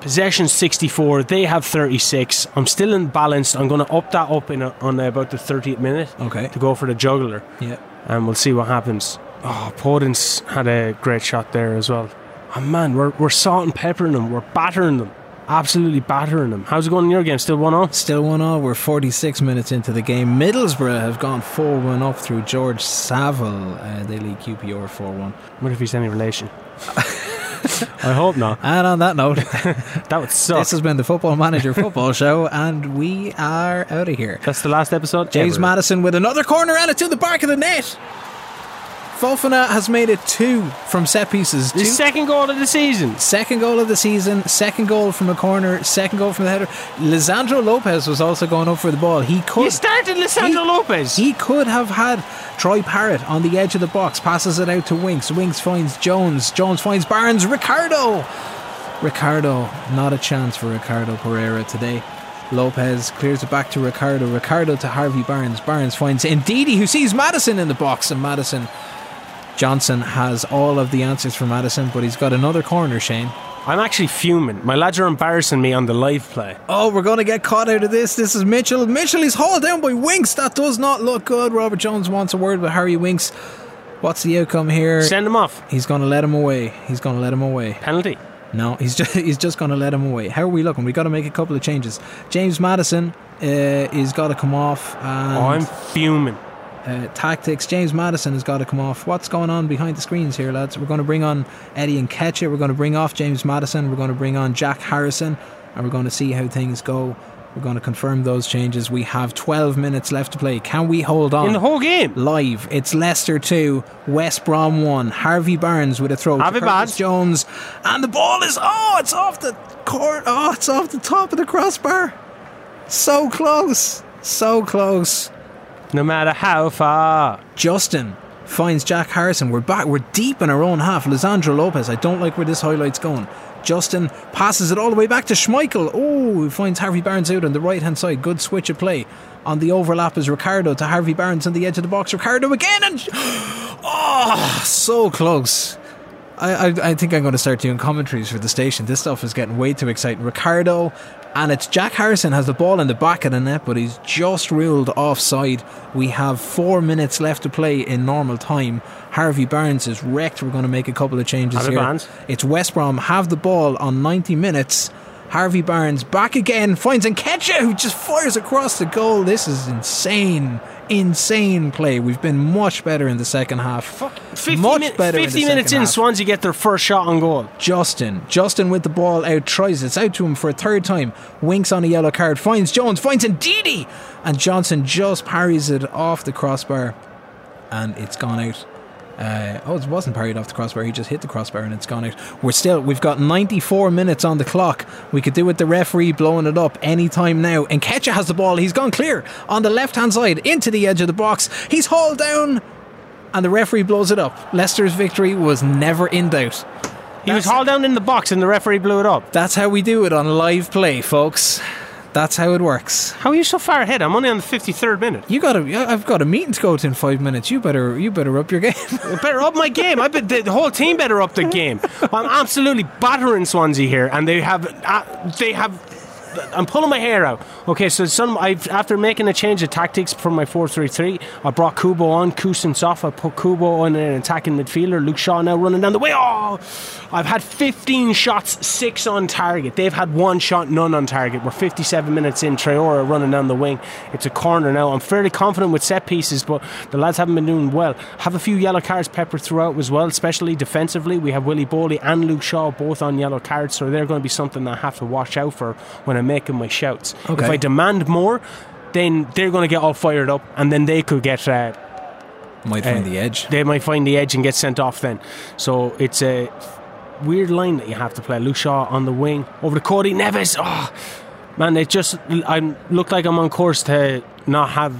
Speaker 3: possession 64. They have 36. I'm still in balance. I'm going to up that up in a, on about the 30th minute
Speaker 2: okay,
Speaker 3: to go for the juggler,
Speaker 2: yeah.
Speaker 3: and we'll see what happens. Oh, Podence had a great shot there as well. Oh man, we're we're salt and peppering them. We're battering them. absolutely battering them. How's it going in your game? Still 1 0?
Speaker 2: Still 1 0. We're 46 minutes into the game. Middlesbrough have gone 4 1 up through George Saville. Uh, they lead QPR 4 1.
Speaker 3: What if he's any relation? *laughs* I hope not.
Speaker 2: And on that
Speaker 3: *laughs*
Speaker 2: note,
Speaker 3: That would suck.
Speaker 2: this has been the Football Manager Football Show, and we are out of here.
Speaker 3: That's the last episode.
Speaker 2: James
Speaker 3: ever.
Speaker 2: Madison with another corner and it to the back of the net. Fofana has made it two from set pieces. Two
Speaker 3: His second goal of the season.
Speaker 2: Second goal of the season, second goal from a corner, second goal from the header. Lisandro Lopez was also going up for the ball. He could
Speaker 3: You started Lissandro
Speaker 2: He-
Speaker 3: Lopez.
Speaker 2: he could have had Troy Parrott on the edge of the box, passes it out to Winks. Winks finds Jones. Jones finds Barnes. Ricardo. Ricardo, not a chance for Ricardo Pereira today. Lopez clears it back to Ricardo. Ricardo to Harvey Barnes. Barnes finds Ndidi, who sees Madison in the box, and Madison. Johnson has all of the answers for Madison, but he's got another corner, Shane.
Speaker 3: I'm actually fuming. My lads are embarrassing me on the live play.
Speaker 2: Oh, we're going to get caught out of this. This is Mitchell. Mitchell is hauled down by Winks. That does not look good. Robert Jones wants a word with Harry Winks. What's the outcome here?
Speaker 3: Send him off.
Speaker 2: He's going to let him away. He's going to let him away.
Speaker 3: Penalty.
Speaker 2: No, *laughs* he's just he's just going to let him away. How are we looking? We got to make a couple of changes. James Madison uh, is got to come off.
Speaker 3: Oh, I'm
Speaker 2: And,
Speaker 3: fuming.
Speaker 2: uh, tactics. James Madison has got to come off. What's going on behind the screens here, lads? We're going to bring on Eddie and Ketcher. We're going to bring off James Madison. We're going to bring on Jack Harrison, and we're going to see how things go. We're going to confirm those changes. We have 12 minutes left to play. Can we hold on?
Speaker 3: In the whole game.
Speaker 2: live. It's Leicester 2, West Brom 1. Harvey Barnes with a throw to
Speaker 3: Harvey
Speaker 2: Curtis
Speaker 3: Barnes.
Speaker 2: Jones. And the ball is, oh, it's off the court. Oh, it's off the top of the crossbar. So close. So close.
Speaker 3: No matter how far.
Speaker 2: Justin finds Jack Harrison. We're back. We're deep in our own half. Lisandro Lopez. I don't like where this highlight's going. Justin passes it all the way back to Schmeichel. Oh, he finds Harvey Barnes out on the right hand side. Good switch of play. On the overlap is Ricardo to Harvey Barnes on the edge of the box. Ricardo again and oh, so close. I, I, I think I'm going to start doing commentaries for the station. This stuff is getting way too exciting. Ricardo and it's Jack Harrison has the ball in the back of the net, but he's just ruled offside. We have four minutes left to play in normal time. Harvey Barnes is wrecked. We're going to make a couple of changes
Speaker 3: Harvey
Speaker 2: here.
Speaker 3: Barnes.
Speaker 2: It's West Brom have the ball on 90 minutes. Harvey Barnes back again finds Nketiah who just fires across the goal. This is insane, insane play. We've been much better in the second half.
Speaker 3: 50,
Speaker 2: much
Speaker 3: min-
Speaker 2: better.
Speaker 3: 50
Speaker 2: in the
Speaker 3: minutes
Speaker 2: second
Speaker 3: in,
Speaker 2: half.
Speaker 3: Swansea get their first shot on goal.
Speaker 2: Justin. Justin with the ball out tries it. It's out to him for a third time. Winks on a yellow card. Finds Jones. Finds Ndidi. And Johnson just parries it off the crossbar. And it's gone out. Uh, oh, it wasn't parried off the crossbar. He just hit the crossbar and it's gone out. We're still, we've got 94 minutes on the clock. We could do with the referee blowing it up any time now. And Ketcha has the ball. He's gone clear on the left hand side into the edge of the box. He's hauled down and the referee blows it up. Leicester's victory was never in doubt.
Speaker 3: He
Speaker 2: That's-
Speaker 3: was hauled down in the box and the referee blew it up.
Speaker 2: That's how we do it on live play, folks. That's how it works.
Speaker 3: How are you so far ahead? I'm only on the 53rd minute.
Speaker 2: You got to. I've got a meeting to go to in five minutes. You better. You better up your *laughs* game.
Speaker 3: I better up my game. I bet the, the whole team better up the game. I'm absolutely battering Swansea here, and they have uh, they have. I'm pulling my hair out. Okay, so some I've after making a change of tactics from my 4-3-3, I brought Kubo on, Cousins off. I put Kubo on an attacking midfielder. Luke Shaw now running down the way. Oh, I've had 15 shots, six on target. They've had one shot, none on target. We're 57 minutes in. Traora running down the wing. It's a corner now. I'm fairly confident with set pieces, but the lads haven't been doing well. Have a few yellow cards peppered throughout as well, especially defensively. We have Willie Bowley and Luke Shaw both on yellow cards, so they're going to be something that I have to watch out for when I'm making my shouts.
Speaker 2: Okay.
Speaker 3: If I demand more, then they're going to get all fired up, and then they could get uh,
Speaker 2: Might
Speaker 3: find the they might find the edge and get sent off then. So it's a weird line that you have to play. Luke Shaw on the wing over to Cody Neves. Oh man, it just I look like I'm on course to not have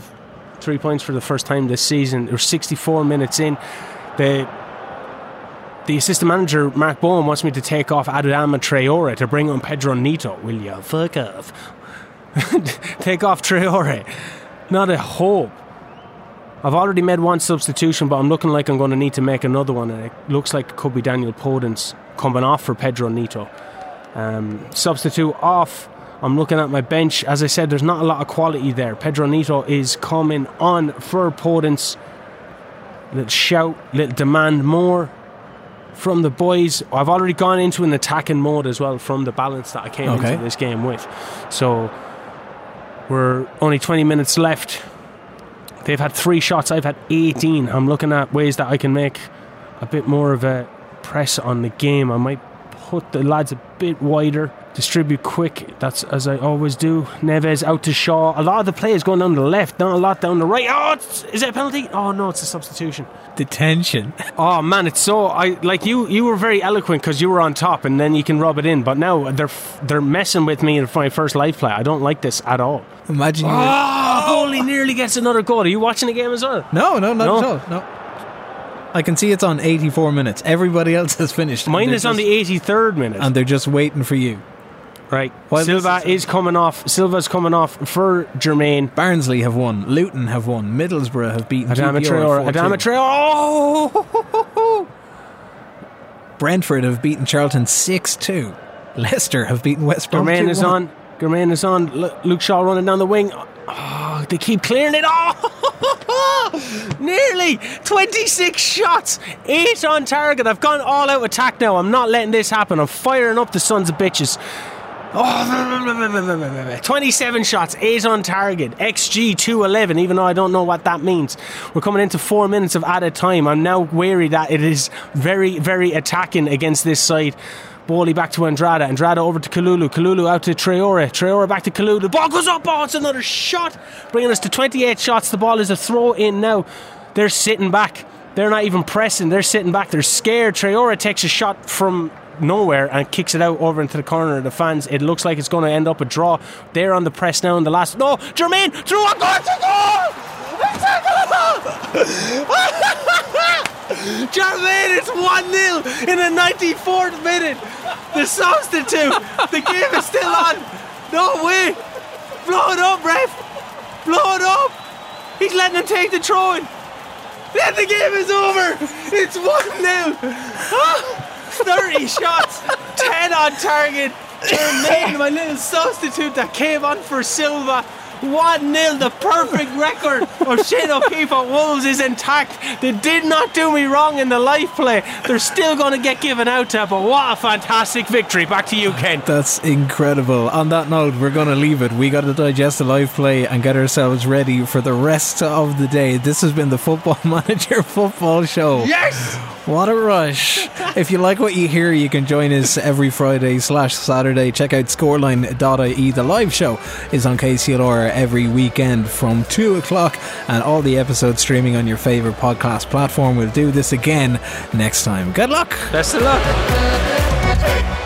Speaker 3: three points for the first time this season. We're 64 minutes in. The the assistant manager Mark Bowen wants me to take off Adama Traore to bring on Pedro Nito. Will you fuck off? *laughs* take off Traore. Not a hope. I've already made one substitution, but I'm looking like I'm going to need to make another one, and it looks like it could be Daniel Podence coming off for Pedro Nito. Um, substitute off. I'm looking at my bench. As I said, there's not a lot of quality there. Pedro Nito is coming on for Podence. Little shout, little demand more. from the boys. I've already gone into an attacking mode as well from the balance that I came
Speaker 2: Okay.
Speaker 3: into this game with. So we're only 20 minutes left. They've had three shots. I've had 18. I'm looking at ways that I can make a bit more of a press on the game. I might put the lads a bit wider, distribute quick. That's as I always do. Neves out to Shaw. A lot of the play is going down the left, not a lot down the right. Oh, it's, is it a penalty? Oh no, it's a substitution.
Speaker 2: Detention.
Speaker 3: Oh man, it's so I like you. You were very eloquent because you were on top, and then you can rub it in. But now they're f- they're messing with me in my first live play. I don't like this at all.
Speaker 2: *laughs* Imagine you. were-
Speaker 3: Oh, Bowley nearly gets another goal. Are you watching the game as well?
Speaker 2: No, no, not
Speaker 3: No.
Speaker 2: at all. No. I can see it's on 84 minutes. Everybody else has finished. and
Speaker 3: Mine
Speaker 2: they're
Speaker 3: is on
Speaker 2: just-
Speaker 3: the 83rd minute.
Speaker 2: And they're just waiting for you.
Speaker 3: right.
Speaker 2: Well,
Speaker 3: Silva
Speaker 2: this
Speaker 3: is coming off. Silva's coming off for Jermaine.
Speaker 2: Barnsley have won. Luton have won. Middlesbrough have beaten.
Speaker 3: Adama
Speaker 2: QPR 4-2.
Speaker 3: Traore. Adama Traore. Oh!
Speaker 2: Brentford have beaten Charlton 6 2. Leicester have beaten West Brom.
Speaker 3: Jermaine is
Speaker 2: 2-1.
Speaker 3: on. Jermaine is on. Lu- Luke Shaw running down the wing. Oh, *laughs* they keep clearing it. Oh, nearly 26 shots, eight on target. I've gone all out attack now. I'm not letting this happen. I'm firing up the sons of bitches. Oh, 27 shots, 8 on target, XG 211, even though I don't know what that means. We're coming into 4 minutes of added time. I'm now wary that it is very, very attacking against this side. Bowley back to Andrada, Andrada over to Kalulu, Kalulu out to Traore, Traore back to Kalulu. Ball goes up, oh, it's another shot, bringing us to 28 shots. The ball is a throw in now. They're sitting back. They're not even pressing. They're sitting back. They're scared. Traore takes a shot from nowhere and kicks it out over into the corner of the fans. It looks like it's going to end up a draw. They're on the press now in the last. No, Jermaine threw a goal. It's a goal! *laughs* It's a goal! Jermaine, it's 1 0 in the 94th minute. The substitute. The game is still on. No way. Blow it up, ref. Blow it up. He's letting him take the throw in. Then the game is over. It's 1 0. 30 shots, 10 on target. Jermaine, my little substitute that came on for Silva. 1 0, the perfect record of Shane O'Keefe at Wolves is intact. They did not do me wrong in the life play. They're still going to get given out to, but what a fantastic victory. Back to you, Ken.
Speaker 2: That's incredible. On that note, we're going to leave it. We got to digest the live play and get ourselves ready for the rest of the day. This has been the Football *laughs* Manager Football Show.
Speaker 3: Yes!
Speaker 2: What a rush. if you like what you hear, you can join us every Friday slash Saturday. Check out scoreline.ie. The live show is on KCLR every weekend from 2 o'clock, and all the episodes streaming on your favourite podcast platform. We'll do this again next time. Good luck.
Speaker 3: Best of luck.